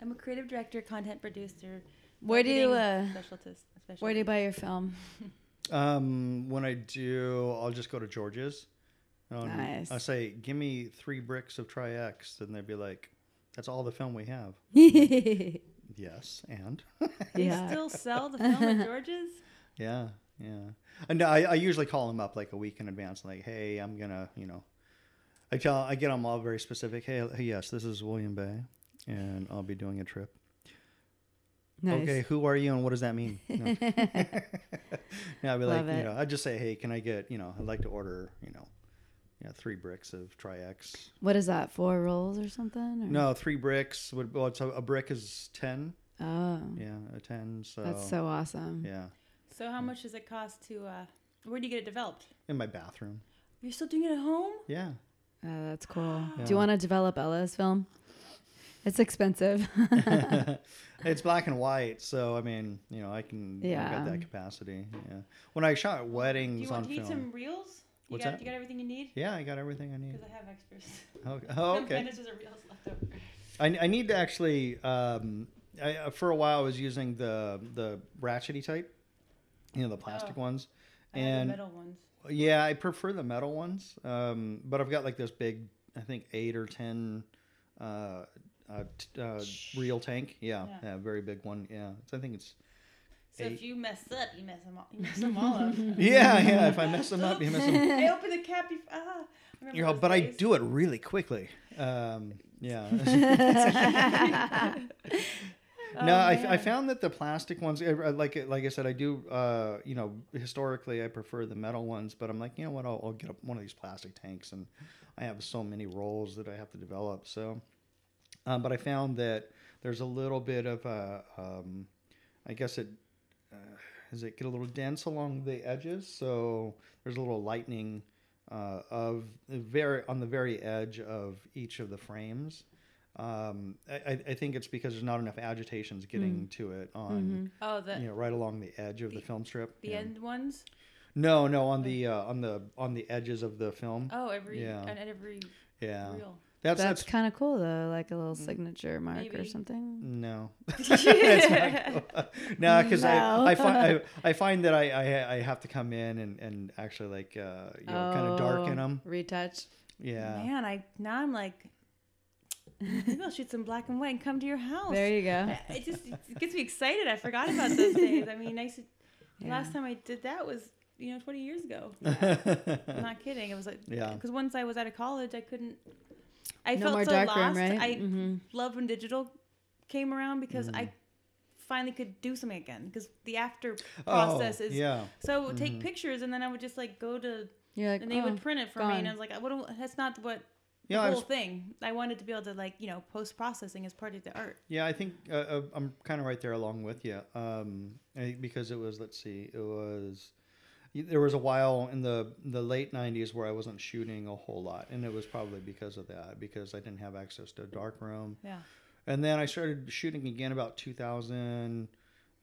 I'm a creative director, content producer. Where do you, marketing uh, specialist? specialist. Where do you buy your film? Um, when I do, I'll just go to George's. And Nice. I say, "Give me three bricks of Tri X," and they'd be like, "That's all the film we have." yeah. Yes, and They still sell the film at George's? yeah, yeah. And I, I usually call them up like a week in advance, like, "Hey, I'm gonna, you know," I tell, I get them all very specific. Hey, hey, yes, this is William Bay, and I'll be doing a trip. Nice. Okay, who are you, and what does that mean? No. Yeah, I'd be Love like, it. you know, I'd just say, hey, can I get, you know, I'd like to order, you know, Yeah, three bricks of Tri-X. What is that? Four rolls or something? Or? No, three bricks. Would well, it's a, a brick is ten. Oh, Yeah, a ten. So that's so awesome. yeah, So how much does it cost to? Uh, where do you get it developed? in my bathroom. You're still doing it at home? Yeah, Oh, that's cool. Yeah. Do you want to develop Ella's film? It's expensive. it's black and white, so I mean, you know, I can. Yeah, Yeah. got that capacity. Yeah, when I shot Do weddings you want on to need film. some reels? You What's got, that? You got everything you need? Yeah, I got everything I need. Because I have extras. Oh, oh, Some okay. bandages or reels left over. I, I need to actually. Um, I, uh, for a while, I was using the the ratchety type, you know, the plastic Oh. ones, I have the and metal ones. yeah, I prefer the metal ones. Um, but I've got like this big, I think eight or ten, uh, uh, t- uh reel tank. Yeah, Yeah. yeah, very big one. Yeah, so I think it's. So Eight. if you mess up, you mess them all. You mess them all up. Yeah, yeah. If I mess them up, you mess them. I opened the cap. Before, ah, remember You know, those but I days? do it really quickly. Um, yeah. Oh, no, I, I man. found that the plastic ones, I- I like it, like I said, I do. Uh, you know, historically, I prefer the metal ones, but I'm like, you know what? I'll, I'll get up one of these plastic tanks, and I have so many rolls that I have to develop. So, um, but I found that there's a little bit of a, um, I guess it, uh, does it get a little dense along the edges? So there's a little lightening uh, of the very on the very edge of each of the frames. Um, I, I- I think it's because there's not enough agitations getting Mm. to it Mm-hmm. on Oh, the you know right along the edge of the, The- film strip. the yeah. end ones. No, no, on the uh, on the on the edges of the film. Oh, every Yeah. and every yeah, reel. that's That's that's, kind of cool though, like a little Mm. signature mark or Maybe. something. no. That's not cool. no, because No. I I find I, I find that I, I I have to come in and and actually like uh, you know kind of darken Oh. Oh. them. Retouch. Yeah. Man, I now I'm like, maybe I'll shoot some black and white and come to your house. There you go. I- it just it gets me excited. I forgot about those days. I mean, I used to, the Yeah. last time I did that was you know 20 years ago. I'm yeah. not kidding. It was like Yeah. because once I was out of college, I couldn't. I no felt more so dark lost. room, right? I mm-hmm. loved when digital came around because Mm. I finally could do something again because the after process is Oh, yeah. Mm-hmm. so I would take pictures and then I would just like go to You're like, and they oh. would print it for me gone. and I was like, I wouldn't, that's not what the Yeah, I whole was- thing. I wanted to be able to like you know post processing as part of the art. Yeah, I think uh, uh, I'm kind of right there along with you. Um, I- because it was, let's see, it was there was a while in the the late '90s where I wasn't shooting a whole lot, and it was probably because of that because I didn't have access to a darkroom. Yeah. And then I started shooting again about 2000.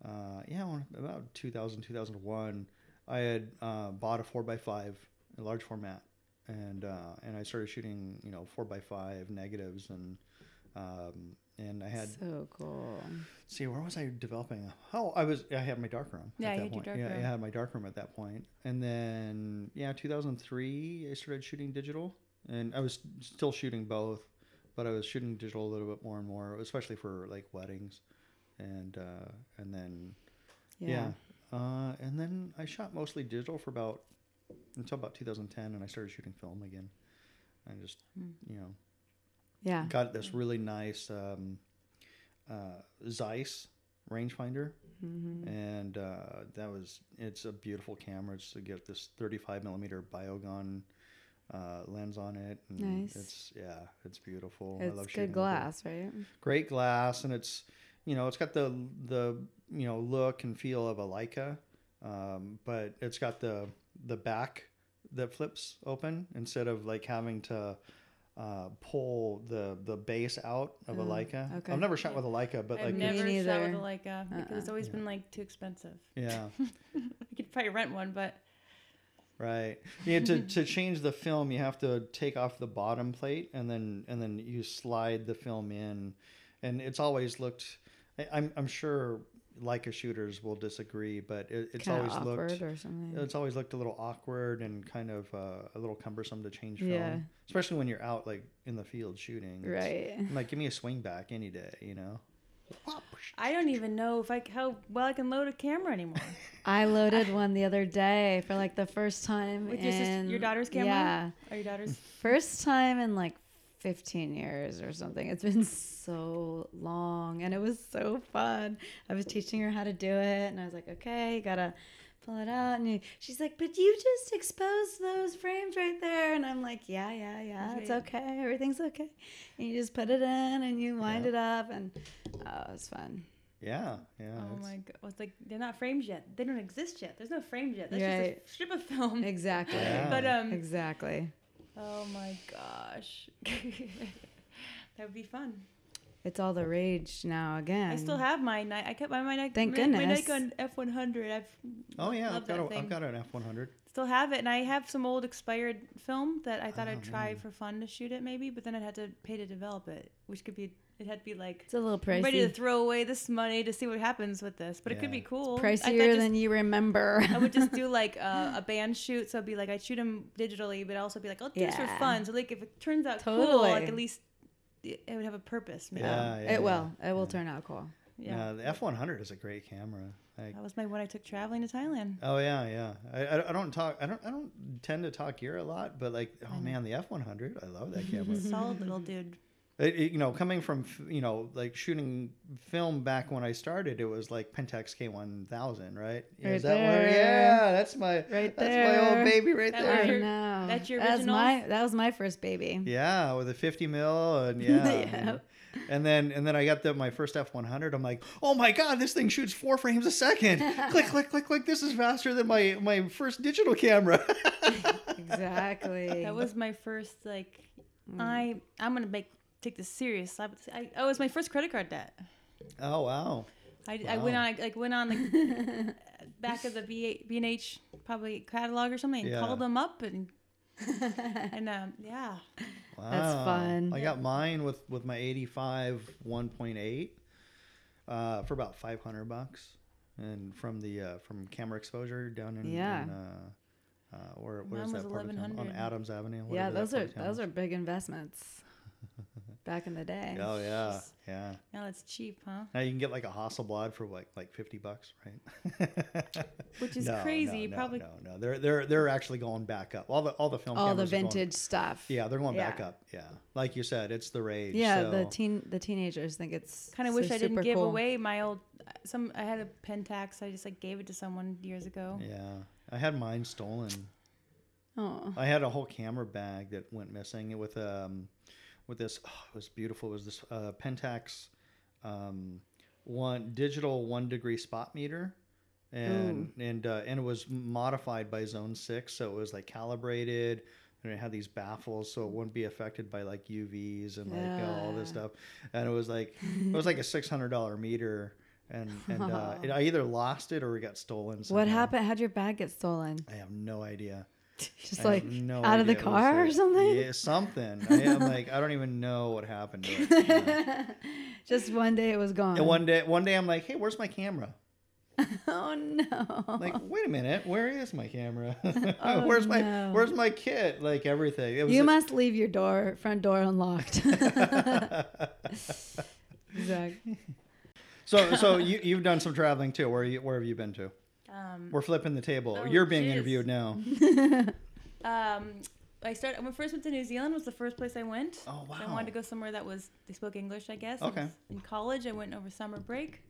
Uh, yeah, well, about 2000, 2001. I had uh, bought a 4x5, a large format. And, uh, and I started shooting, you know, 4x5 negatives. And, um, and I had, so cool. see, where was I developing? Oh, I was, I had my darkroom. Yeah, at you that had your point. yeah, darkroom. I had my darkroom at that point. And then, yeah, 2003, I started shooting digital. And I was still shooting both but I was shooting digital a little bit more and more, especially for like weddings, and uh, and then yeah, Yeah. Uh, and then I shot mostly digital for about until about 2010, and I started shooting film again. I just Hmm. you know Ah. Yeah. got this really nice um, uh, Zeiss rangefinder, Mm-hmm. and uh, that was it's a beautiful camera. It's to get this 35 millimeter biogun. Uh, lens on it. And Nice. It's yeah, it's beautiful. I It's love good shooting with it glass, right? great glass and it's you know it's got the the you know look and feel of a Leica um, but it's got the the back that flips open instead of like having to uh, pull the the base out of a Oh, Leica okay. I've never shot with a Leica but I've like Me never shot with neither. a Leica because it's Uh-uh. always Yeah. been like too expensive. yeah I could probably rent one, but right you know, to, to change the film you have to take off the bottom plate and then and then you slide the film in and it's always looked I, I'm, I'm sure Leica shooters will disagree but it, it's Kinda always awkward looked or something. it's always looked a little awkward and kind of uh, a little cumbersome to change film Yeah. especially when you're out like in the field shooting It's- Right. I'm like give me a swing back any day you know I don't even know if I c- how well I can load a camera anymore. I loaded one the other day for like the first time With your sis- in your daughter's camera? Yeah, Are your daughters? first time in like 15 years or something. It's been so long, and it was so fun. I was teaching her how to do it, and I was like, okay, you gotta pull it out. And you, she's like, but you just exposed those frames right there. And I'm like, yeah, yeah, yeah. It's Okay. okay. Everything's okay. And you just put it in and you wind Yeah. it up. And oh, it's fun. Yeah, yeah. Oh it's- my god! It's like they're not frames yet. They don't exist yet. There's no frames yet. That's Right. just a strip of film. Exactly. Yeah. But um, Exactly. oh my gosh, that would be fun. It's all the rage now again. I still have mine. I, I kept my mine. Um, Thank my, My goodness. Nikon F100. I've Oh yeah, Love I've got, that a, thing. I've got an F one hundred. still have it, and I have some old expired film that I thought Oh, I'd try man. for fun to shoot it maybe, but then I'd have to pay to develop it, which could be it had to be like It's a little I'm pricey. ready to throw away this money to see what happens with this, but it could Yeah. be cool. I thought Pricier just- than you remember. I would just do like a, a band shoot. So it'd be like I'd shoot them digitally, but I'd also be like, I'll do this for Yeah. fun. So like if it turns out cool, Totally. like at least it it would have a purpose. Maybe. Yeah. Yeah, yeah, it will. It will yeah. turn out cool. Yeah, the F one hundred is a great camera. Like, That was my one I took traveling to Thailand. oh yeah, yeah. I, I, I don't talk. I don't. I don't tend to talk gear a lot, but like, oh man, the F one hundred. I love that camera. Solid little dude. it, it- you know, coming from f- you know like shooting film back when I started, it was like Pentax K one thousand, right? Yeah, Right is that one- there. yeah, that's my Right that's my there. old baby right That there. was your- know. that's your That was my originals? that was my first baby. Yeah, with a 50 mil and yeah. Yeah. And then and then I got the my first F100. I'm like, "Oh my god, this thing shoots 4 frames a second. click click click click. This is faster than my my first digital camera." Exactly. That was my first like. Mm. I I'm gonna make take this serious. I, I oh, it was my first credit card debt. oh wow. I, I went Wow. on I, like went on the back of the B B and H probably catalog or something and Yeah. called them up and and um yeah Wow. fun. I got mine with with my 85 1.8 uh for about 500 bucks and from the uh from camera exposure down in, Yeah. in, uh uh, where, where Mine is was that part of town? On 1100. Adams Avenue. yeah, whatever that those part are of town those is. are big investments back in the day. Oh yeah, yeah. now it's cheap huh Now you can get like a Hasselblad for like like fifty bucks, right? which is No, no, crazy you no, probably no, no. They're they're they're actually going back up. All the all the film. All the cameras are going- vintage stuff. yeah, they're going back yeah. up. Yeah, like you said, it's the rage. Yeah, the so- teen the teenagers think it's kind of so wish I didn't super give cool. away my old some I had a Pentax I just like gave it to someone years ago. Yeah, I had mine stolen. Oh. I had a whole camera bag that went missing with um with this. Oh, it was beautiful. It was this uh, Pentax um one digital one degree spot meter. And and uh, and it was modified by Zone Six, so it was like calibrated, and it had these baffles, so it wouldn't be affected by like UVs and like you know, all this Yeah. stuff. And it was like it was like a six hundred dollar meter, and and uh, it, I either lost it or it got stolen. What somehow. happened? How'd your bag get stolen? I have no idea. Just I like have no out of the idea what car or was it. something? Yeah, something. I, am like, I don't even know what happened. To it. Yeah. Just one day it was gone. And one day, one day, I'm like, hey, where's my camera? Oh no. I'm like, wait a minute, where is my camera? where's my Oh, no. Where's my kit? Like everything. It was you a- must leave your door front door unlocked. exactly. so so you you've done some traveling too. Where you, where have you been to? Um, We're flipping the table. Oh, You're being jeez. interviewed now. um I started when I first went to New Zealand was the first place I went. Oh, So I wow. wanted to go somewhere that was they spoke English, I guess. Okay. And In college, I went over summer break,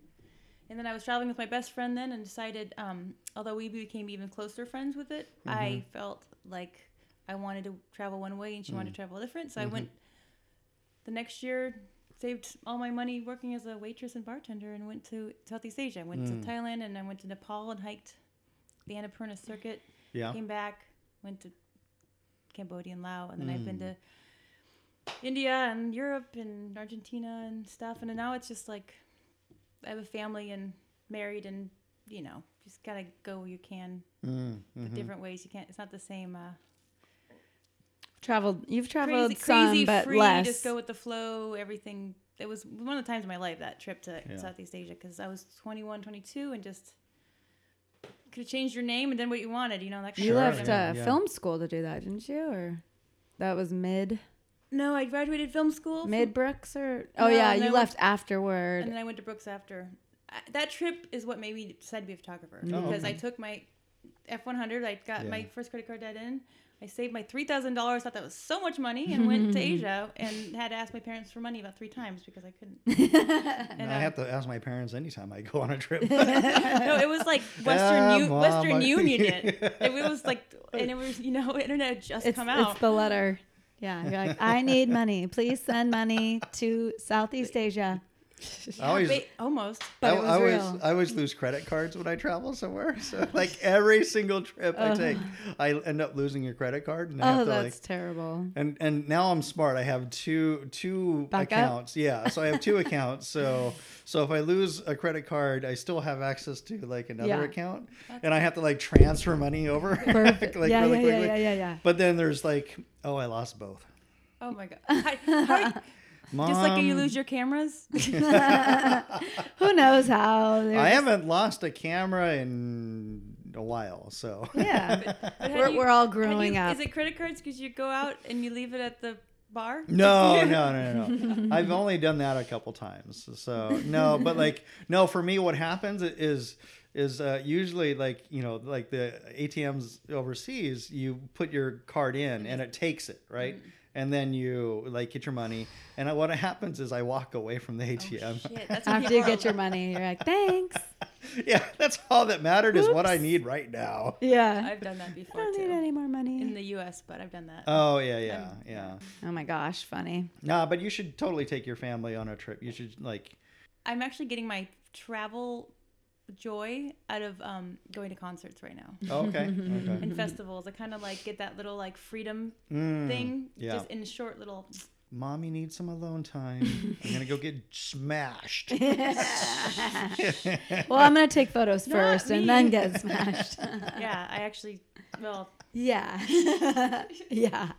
and then I was traveling with my best friend then, and decided, um, although we became even closer friends with it, I Mm-hmm. felt like I wanted to travel one way and she Mm. wanted to travel different, so I went Mm-hmm. the next year. Saved all my money working as a waitress and bartender, and went to Southeast Asia. I went Mm. to Thailand and I went to Nepal and hiked the Annapurna Circuit Yeah. came back, went to Cambodia and Laos, and then I've Hmm. been to India and Europe and Argentina and stuff. And now it's just like I have a family and married, and you know, just gotta go where you can, Mm, but mhm. different ways. You can't. It's not the same. Uh, Traveled you've traveled crazy, some crazy but free. less. Just go with the flow. Everything. It was one of the times in my life that trip to Yeah. Southeast Asia because I was 21, 22, and just could have changed your name and done what you wanted. You know that kind you Sure, of left shit. uh, yeah, yeah. film school to do that, didn't you? Or that was mid No, I graduated film school. from- mid Brooks or Oh No, yeah, and you I left went- afterward. And then I went to Brooks after. I, that trip is what made me decide to be a photographer Oh, because okay. I took my F100. I got Yeah. my first credit card debt in. I saved my three thousand dollars. Thought that was so much money, and went to Asia and had to ask my parents for money about three times because I couldn't. And I I- have to ask my parents anytime I go on a trip. no, it was like Western Ah, U- Mom, Western I- Union. It, it was like, and it was you know, internet had just it's, come out. it's the letter. Yeah, you're like, I need money. Please send money to Southeast Asia. I always, Ba- almost. But I, it was I real. always, uh, I always lose credit cards when I travel somewhere. So like every single trip I take, I end up losing a credit card, and I Uh-huh. Oh, have to like. that's terrible. And and now I'm smart. I have two two Backup? accounts. Yeah, so I have two accounts. So so if I lose a credit card, I still have access to like another Yeah. account, and I have to like transfer money over Perfect. like yeah, really yeah, quickly. yeah, yeah, yeah, yeah. But then there's like, oh, I lost both. Oh my god! How- how- Mom, just like you lose your cameras. Who knows how? They're I just- haven't lost a camera in a while, so Yeah. But how We're- do we're all how do growing you- up. Is it credit cards because you go out and you leave it at the bar? No, no, no, no, no. I've only done that a couple times. So no, but like no, for me, what happens is is uh, usually like you know like the ATMs overseas, you put your card in and it takes it right. And then you like get your money, and I, what happens is I walk away from the ATM. Oh, Shit, that's when After you people are get your money, you're like, thanks. yeah, that's all that mattered is what I Oops. need right now. Yeah. I've done that before I don't need too. any more money. In the U.S., but I've done that. Oh yeah, yeah, yeah. oh my gosh, funny. Nah, but you should totally take your family on a trip. You should like I'm actually getting my travel joy out of um, going to concerts right now oh, okay, okay. and festivals. I kind of like get that little like freedom Mm. thing yeah. just in short little. mommy needs some alone time. I'm gonna go get smashed. Well, I'm gonna take photos Not first me. and then get smashed. Yeah, I actually. Well, yeah. yeah.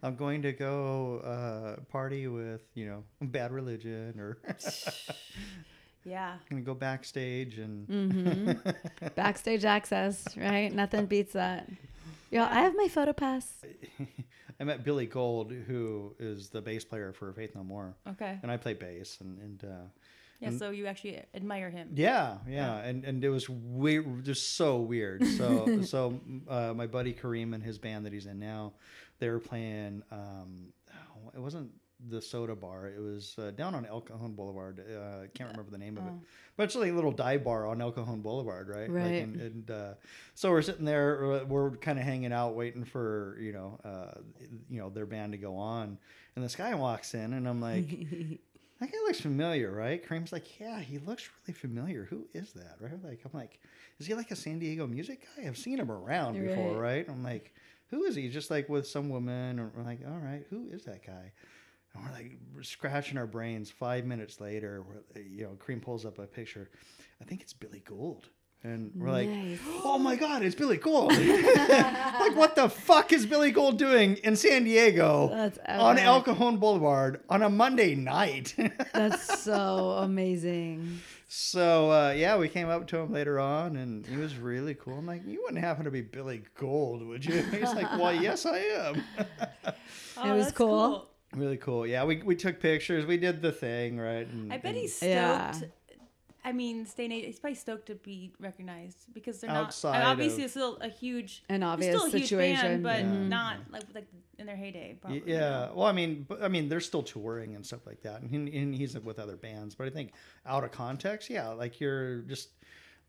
I'm going to go uh, party with you know bad religion, or I'm yeah. gonna go backstage and Mm-hmm. Backstage access, right? Nothing beats that. Yo, I have my photo pass. I met Billy Gold, who is the bass player for Faith No More, Okay. and I play bass, and and uh, Yeah. So you actually admire him. yeah, yeah, and and it was weird, just so weird. So so uh, my buddy Kareem and his band that he's in now, they were playing. Um, oh, it wasn't the soda bar. It was uh, down on El Cajon Boulevard. Uh, I can't remember the name of it. But it's like a little dive bar on El Cajon Boulevard, right? Like, Right. and and uh, so we're sitting there, we're- we're kind of hanging out, waiting for you know, uh, you know, their band to go on. And this guy walks in, and I'm like, that guy looks familiar, right? Kareem's like, yeah, he looks really familiar. Who is that, right? Like, I'm like, is he like a San Diego music guy? I've seen him around before, right? I'm like, who is he? He's Just like with some woman, and we're like, all right, who is that guy? And we're like we're scratching our brains. Five minutes later, we're, you know, Cream pulls up a picture. I think it's Billy Gould. And we're like, Nice. oh my God, it's Billy Gould. like, what the fuck is Billy Gould doing in San Diego That's on epic. El Cajon Boulevard on a Monday night? That's so amazing. so, uh, yeah, we came up to him later on and he was really cool. I'm like, you wouldn't happen to be Billy Gould, would you? He's like, well, yes, I am. Oh, It was that's cool. really cool. Yeah, we, we took pictures. We did the thing, right? And- I bet and- he's stoked. Yeah. I mean, staying he's probably stoked to be recognized because they're Outside not obviously of- it's still a huge An they're obvious still a huge band, situation. but Yeah. not like like in their heyday. Probably. Mm-hmm. Y- Yeah. Well, I mean, but, I mean, they're still touring and stuff like that, and, he- and he's with other bands. But I think out of context, yeah, like you're just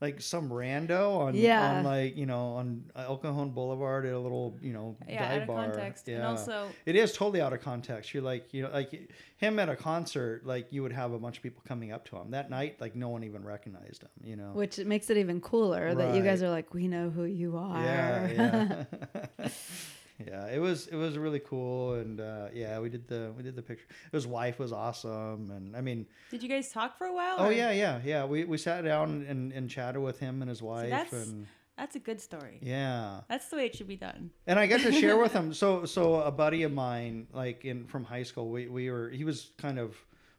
like some rando on, Yeah. on like you know on El Cajon Boulevard at a little you know Yeah, out dive of bar. context, and also- it is totally out of context. You're like you know like him at a concert, like you would have a bunch of people coming up to him that night. Like no one even recognized him. You know. Which makes it even cooler that you guys Right. are like, we know who you are. Yeah, yeah. yeah, it was it was really cool, and uh, yeah, we did the we did the picture. His wife was awesome, and I mean, Did you guys talk for a while? oh or- yeah, yeah, yeah. We we sat down and, and chatted with him and his See, wife, that's and that's a good story. yeah, That's the way it should be done. and I got to share with him. So so a buddy of mine, like in from high school, we we were he was kind of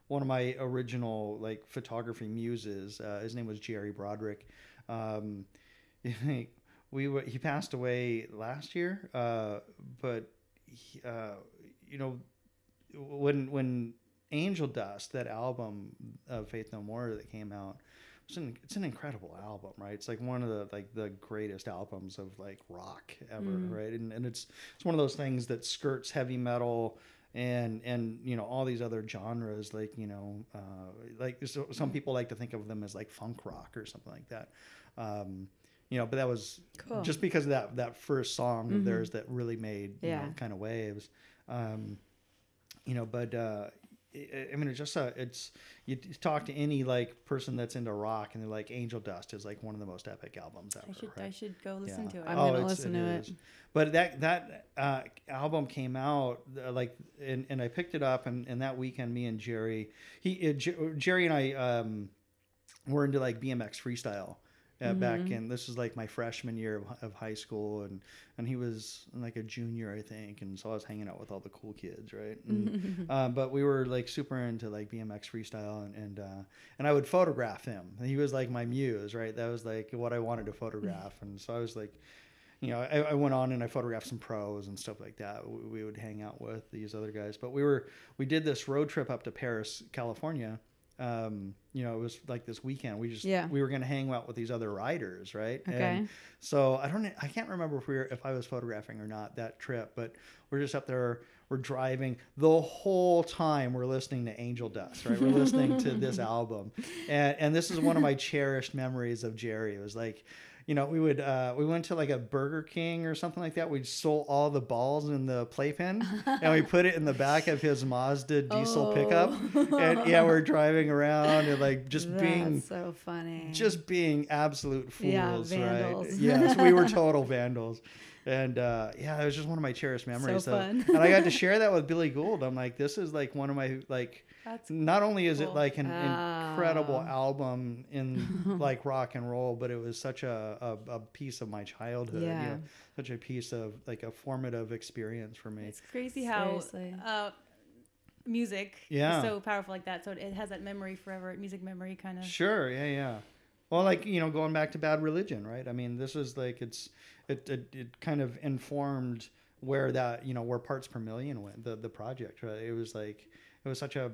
one of my original like photography muses. Uh, his name was Jerry Broderick. Um, we were, he passed away last year, uh, but he, uh, you know when when Angel Dust, that album of Faith No More that came out, it's an it's an incredible album, right? It's like one of the like the greatest albums of like rock ever, right? And and it's it's one of those things that skirts heavy metal and and you know all these other genres like you know uh, like so, Mm. some people like to think of them as like funk rock or something like that um, you know but that was Cool. just because of that that first song Mm-hmm. of theirs that really made you Yeah. know, kind of waves um, you know but uh, I I mean, it's just a, it's, you talk to any like person that's into rock and they're like Angel Dust is like one of the most epic albums ever. I should right? I should go listen to it. I'm gonna Oh, it's- listen to it. is. But that that uh, album came out uh, like, and, and I picked it up, and, and that weekend, me and Jerry, he uh, Jer- Jerry and I um, were into like BMX freestyle. Uh, Back Mm-hmm. in this is like my freshman year of, hi- of high school, and and he was like a junior, I think, and so I was hanging out with all the cool kids, right? Mm-hmm. Mm. And, Mm-hmm. uh, but we were like super into like BMX freestyle, and and uh, and I would photograph him. And he was like my muse, right? That was like what I wanted Mm-hmm. to photograph, and so I was like, you know, I, I went on and I photographed some pros and stuff like that. We, we would hang out with these other guys, but we were we did this road trip up to Paris, California. Um, you know, it was like this weekend. We just Yeah. we were going to hang out with these other riders, right? Okay. And so I don't e, I can't remember if we were if I was photographing or not that trip, but we're just up there. We're driving the whole time. We're listening to Angel Dust, right? We're listening to this album, and and this is one of my cherished memories of Jerry. It was like, you know, we would uh, we went to like a Burger King or something like that. We stole all the balls in the playpen and we put it in the back of his Mazda diesel pickup. And yeah, we're driving around and like just being That's so funny. just being absolute fools, Yeah, right? vandals. Yes, we were total vandals. And uh, yeah, it was just one of my cherished memories. So though. fun. and I got to share that with Billy Gould. I'm like, this is like one of my like. That's Not only is it cool. like an Ah. incredible album in like rock and roll, but it was such a, a, a piece of my childhood. you Yeah. know, such a piece of like a formative experience for me. It's crazy how Seriously. uh, music Yeah. is so powerful like that. So it, it has that memory forever, music memory kind of. Sure. Yeah. Yeah. Well, like you know, going back to Bad Religion, right? I mean, this is like it's it it, it kind of informed where that you know where parts per million went the the project, right? It was like it was such a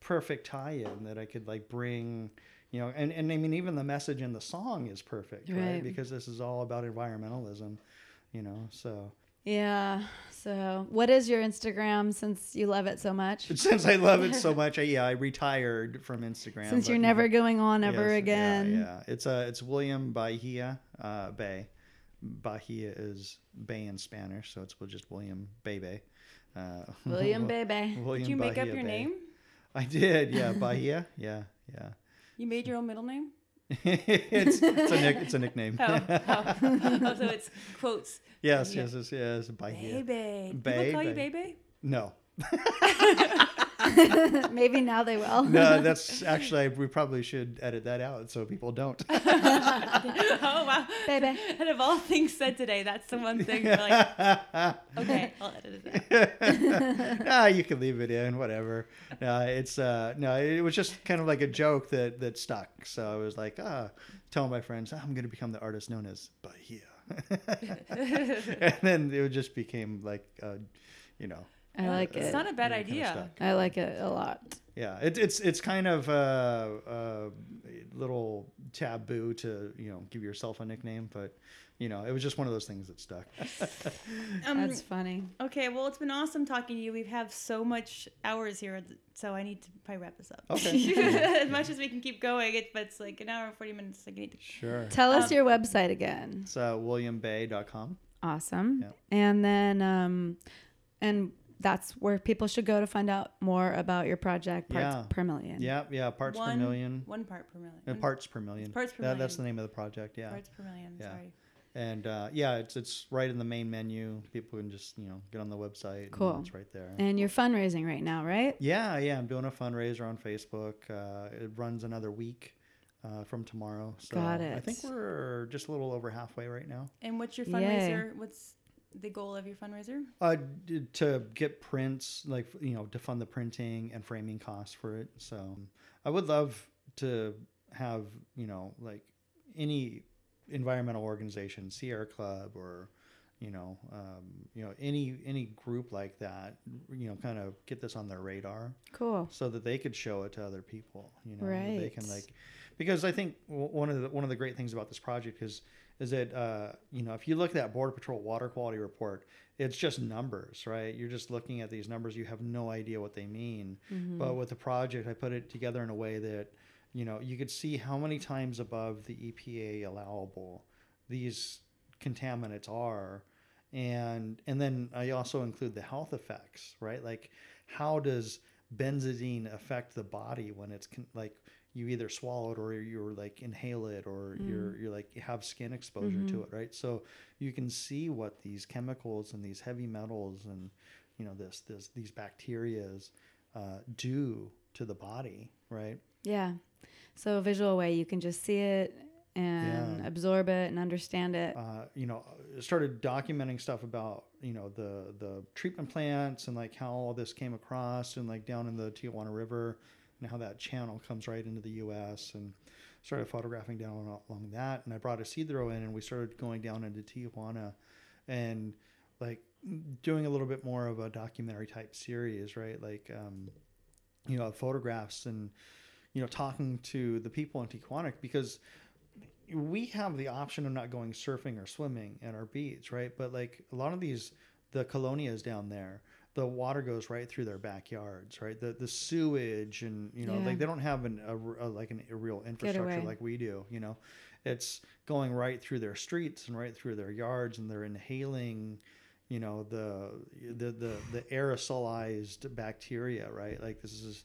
perfect tie-in that I could like bring, you know, and and I mean even the message in the song is perfect, right? Right. Because this is all about environmentalism, you know. So yeah. So, what is your Instagram since you love it so much? since I love it so much, I, yeah, I retired from Instagram Since but, you're you know, never going on ever Yes, again. Yeah, yeah. It's uh, it's William Bahia uh, Bay. Bahia is bay in Spanish, so it's just William Bebe. Uh, William Bebe. William Did you make up Bahia your Bay. name? I did. Yeah, Bahia. Yeah, yeah. You made your own middle name? it's it's a nick, it's a nickname. Oh, oh. Oh, so it's quotes. yes, yes, yes, yes. Bahia. Baby. Bay, People call you bay. baby? No, Maybe now they will. no. That's actually we probably should edit that out so people don't. oh, wow. Bebe. Out of all things said today, that's the one thing you're like, okay, I'll edit it out. ah, you can leave it in, whatever. No, it's uh, no, it was just kind of like a joke that that stuck. So I was like, ah, tell my friends, "Ah, I'm going to become the artist known as Bahia, and then it just became like, uh, you know, I like It's it. not a bad kinda idea. stuck. I like it a lot. yeah, it, it's it's kind of uh, uh, a little taboo to you know give yourself a nickname, but you know, it was just one of those things that stuck. Um, That's funny. okay, well, it's been awesome talking to you. We have so much hours here, so I need to probably wrap this up. Okay. as much as we can keep going, it, but it's like an hour and 40 minutes. Like, I need to sure. Tell us your website again. It's uh, williambay.com. Awesome. Yeah. And then, um, and that's where people should go to find out more about your project, Parts Yeah. Per Million. Yeah, yeah, parts per one, million. One part per million. Uh, One parts per million. Mm. Parts per That- That's the name of the project. Yeah, Parts per million. Yeah. Sorry. and uh, yeah, it's it's right in the main menu. People can just you know get on the website. and Cool. it's right there. And you're fundraising right now, right? yeah, yeah, I'm doing a fundraiser on Facebook. Uh, it runs another week uh, from tomorrow. So Got I it. think we're just a little over halfway right now. And what's your Yay. fundraiser? What's the goal of your fundraiser? Uh, d- to get prints, like you know, to fund the printing and framing costs for it. So um, I would love to have you know like any environmental organization, Sierra Club, or you know, um, you know any any group like that, you know, kind of get this on their radar Cool. so that they could show it to other people. You know, they can Right. like because I think w- one of the one of the great things about this project is is that uh, you know if you look at that Border Patrol water quality report, it's just numbers, right? You're just looking at these numbers. You have no idea what they mean. But with the project, I put it together in a way that you know you could see how many times above the EPA allowable these contaminants are and and then I also include the health effects, right? Like how does benzidine affect the body when it's con- like you either swallow it or you're like inhale it or you're you're like you have skin exposure to it, right? So you can see what these chemicals and these heavy metals and you know this this these bacterias uh, do to the body, right? Yeah. So visual way you can just see it and Yeah. absorb it and understand it. uh, you know, started documenting stuff about you know the the treatment plants and like how all this came across and like down in the Tijuana River and how that channel comes right into the U.S. and started photographing down along that. And I brought Isidro in and we started going down into Tijuana and like doing a little bit more of a documentary type series, right? Like, um, you know, photographs and you know talking to the people in Tijuana because we have the option of not going surfing or swimming at our beach, right? But like a lot of these, the colonias down there, the water goes right through their backyards, right? The the sewage and you know Yeah. like they don't have an a, r- a- like an, a real infrastructure Getaway. like we do, you know. It's going right through their streets and right through their yards, and they're inhaling, you know, the the the, the aerosolized bacteria, right? Like this is,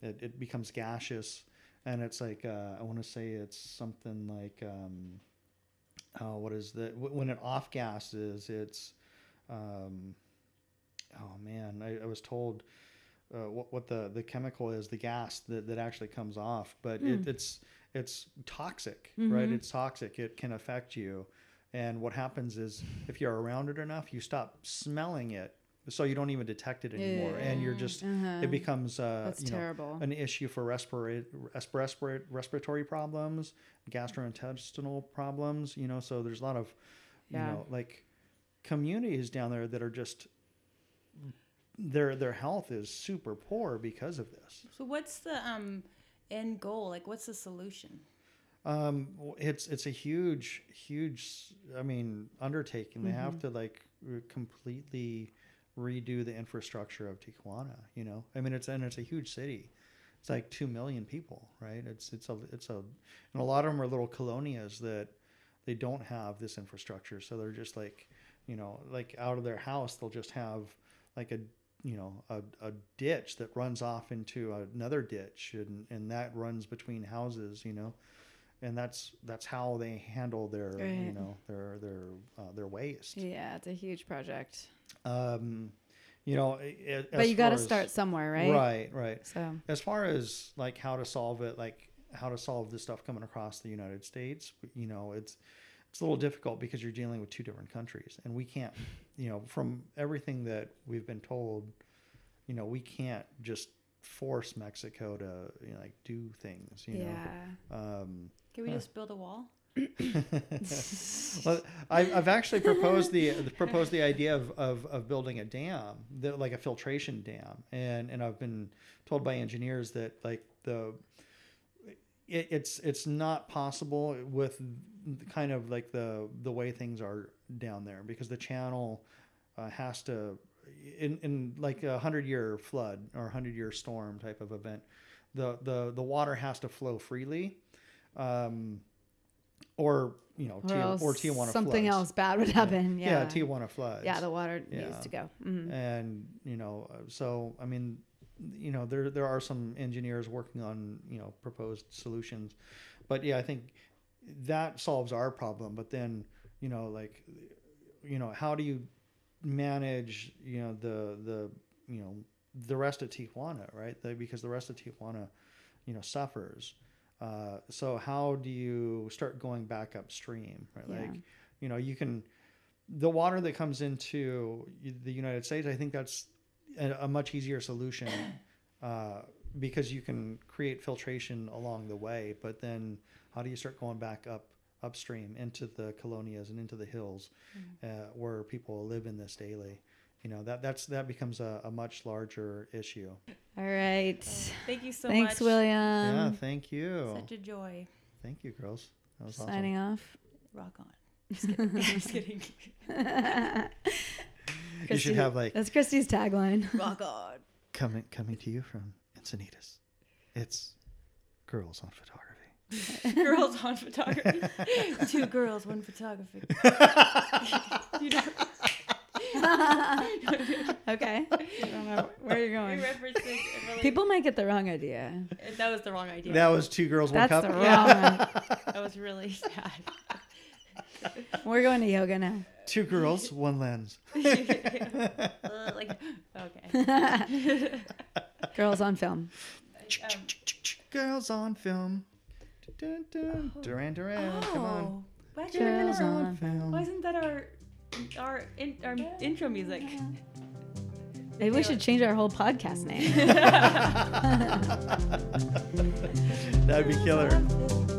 it, it becomes gaseous, and it's like uh, I want to say it's something like, um, oh, what is the wh- when it off gases? It's, um, oh man, I, I was told. Uh, what, what the, the chemical is the gas that, that actually comes off but it, it's it's toxic right it's toxic it can affect you and what happens is if you're around it enough you stop smelling it so you don't even detect it anymore and you're just Uh-huh. it becomes uh, That's you know, terrible. an issue for respiratory respiratory respiratory problems gastrointestinal problems you know so there's a lot of Yeah. you know like communities down there that are just their their health is super poor because of this So what's the um end goal? Like what's the solution? Um, w- it's it's a huge, huge. I mean, undertaking. They have to like r- completely redo the infrastructure of Tijuana. You know, I mean, it's and it's a huge city. It's like two million people, right? It's it's a it's a, and a lot of them are little colonias that they don't have this infrastructure, so they're just like, you know, like out of their house, they'll just have like a you know a, a ditch that runs off into another ditch and, and that runs between houses you know and that's that's how they handle their you Right. know their their uh, their waste. yeah, it's a huge project. Um, you know, i- i- But as you got to far as- start somewhere, right? right, right. So, As far as like how to solve it, like how to solve this stuff coming across the United States, you know, it's it's a little difficult because you're dealing with two different countries, and we can't, you know, from everything that we've been told, you know, we can't just force Mexico to you know, like do things, you yeah. know. Um, Can we just build a wall? well, I, I've actually proposed the uh, proposed the idea of, of, of building a dam, the, like a filtration dam, and and I've been told by engineers that like the it, it's it's not possible with kind of like the the way things are down there because the channel uh, has to in in like a hundred year flood or hundred year storm type of event, the the the water has to flow freely. Um, or you know, Or, Ti- else or Tijuana something floods. else bad would happen. Yeah, Yeah. Tijuana floods. Yeah, the water needs Yeah. to go. Mhm. and you know, uh, so I mean, you know, there there are some engineers working on you know proposed solutions, but yeah, I think that solves our problem. But then you know, like, you know, how do you manage you know the the you know the rest of Tijuana, right? The, because the rest of Tijuana, you know, suffers. Uh, so how do you start going back upstream, right? Yeah. Like, you know, you can the water that comes into the United States. I think that's a, a much easier solution uh, because you can create filtration along the way. But then, how do you start going back up upstream into the colonias and into the hills uh, where people live in this daily? you know that that's that becomes a, a much larger issue. All right. Thank you so Thanks, much. William. yeah, thank you, Um, Such a joy. thank you, girls. That was awesome. Signing off. Rock on. Just kidding. Just kidding. You should Christy- have like That's Christy's tagline. Rock on. coming coming to you from Encinitas. It's girls on photography. girls on photography. Two girls, one photography. you know, okay. I don't know where you're we going. referenced it, and we're like- People might get the wrong idea. That was the wrong idea. That was two girls, one That's cup. the wrong that was really sad. one. We're going to yoga now. Two girls, one lens. Uh, like, okay. Girls on film. Um, Girls on film. Dun, dun, Duran Duran, come on. oh, why did I Girls remember- on film. Why isn't that our our in, our intro music? Maybe we should change our whole podcast name. That'd be killer. Love it.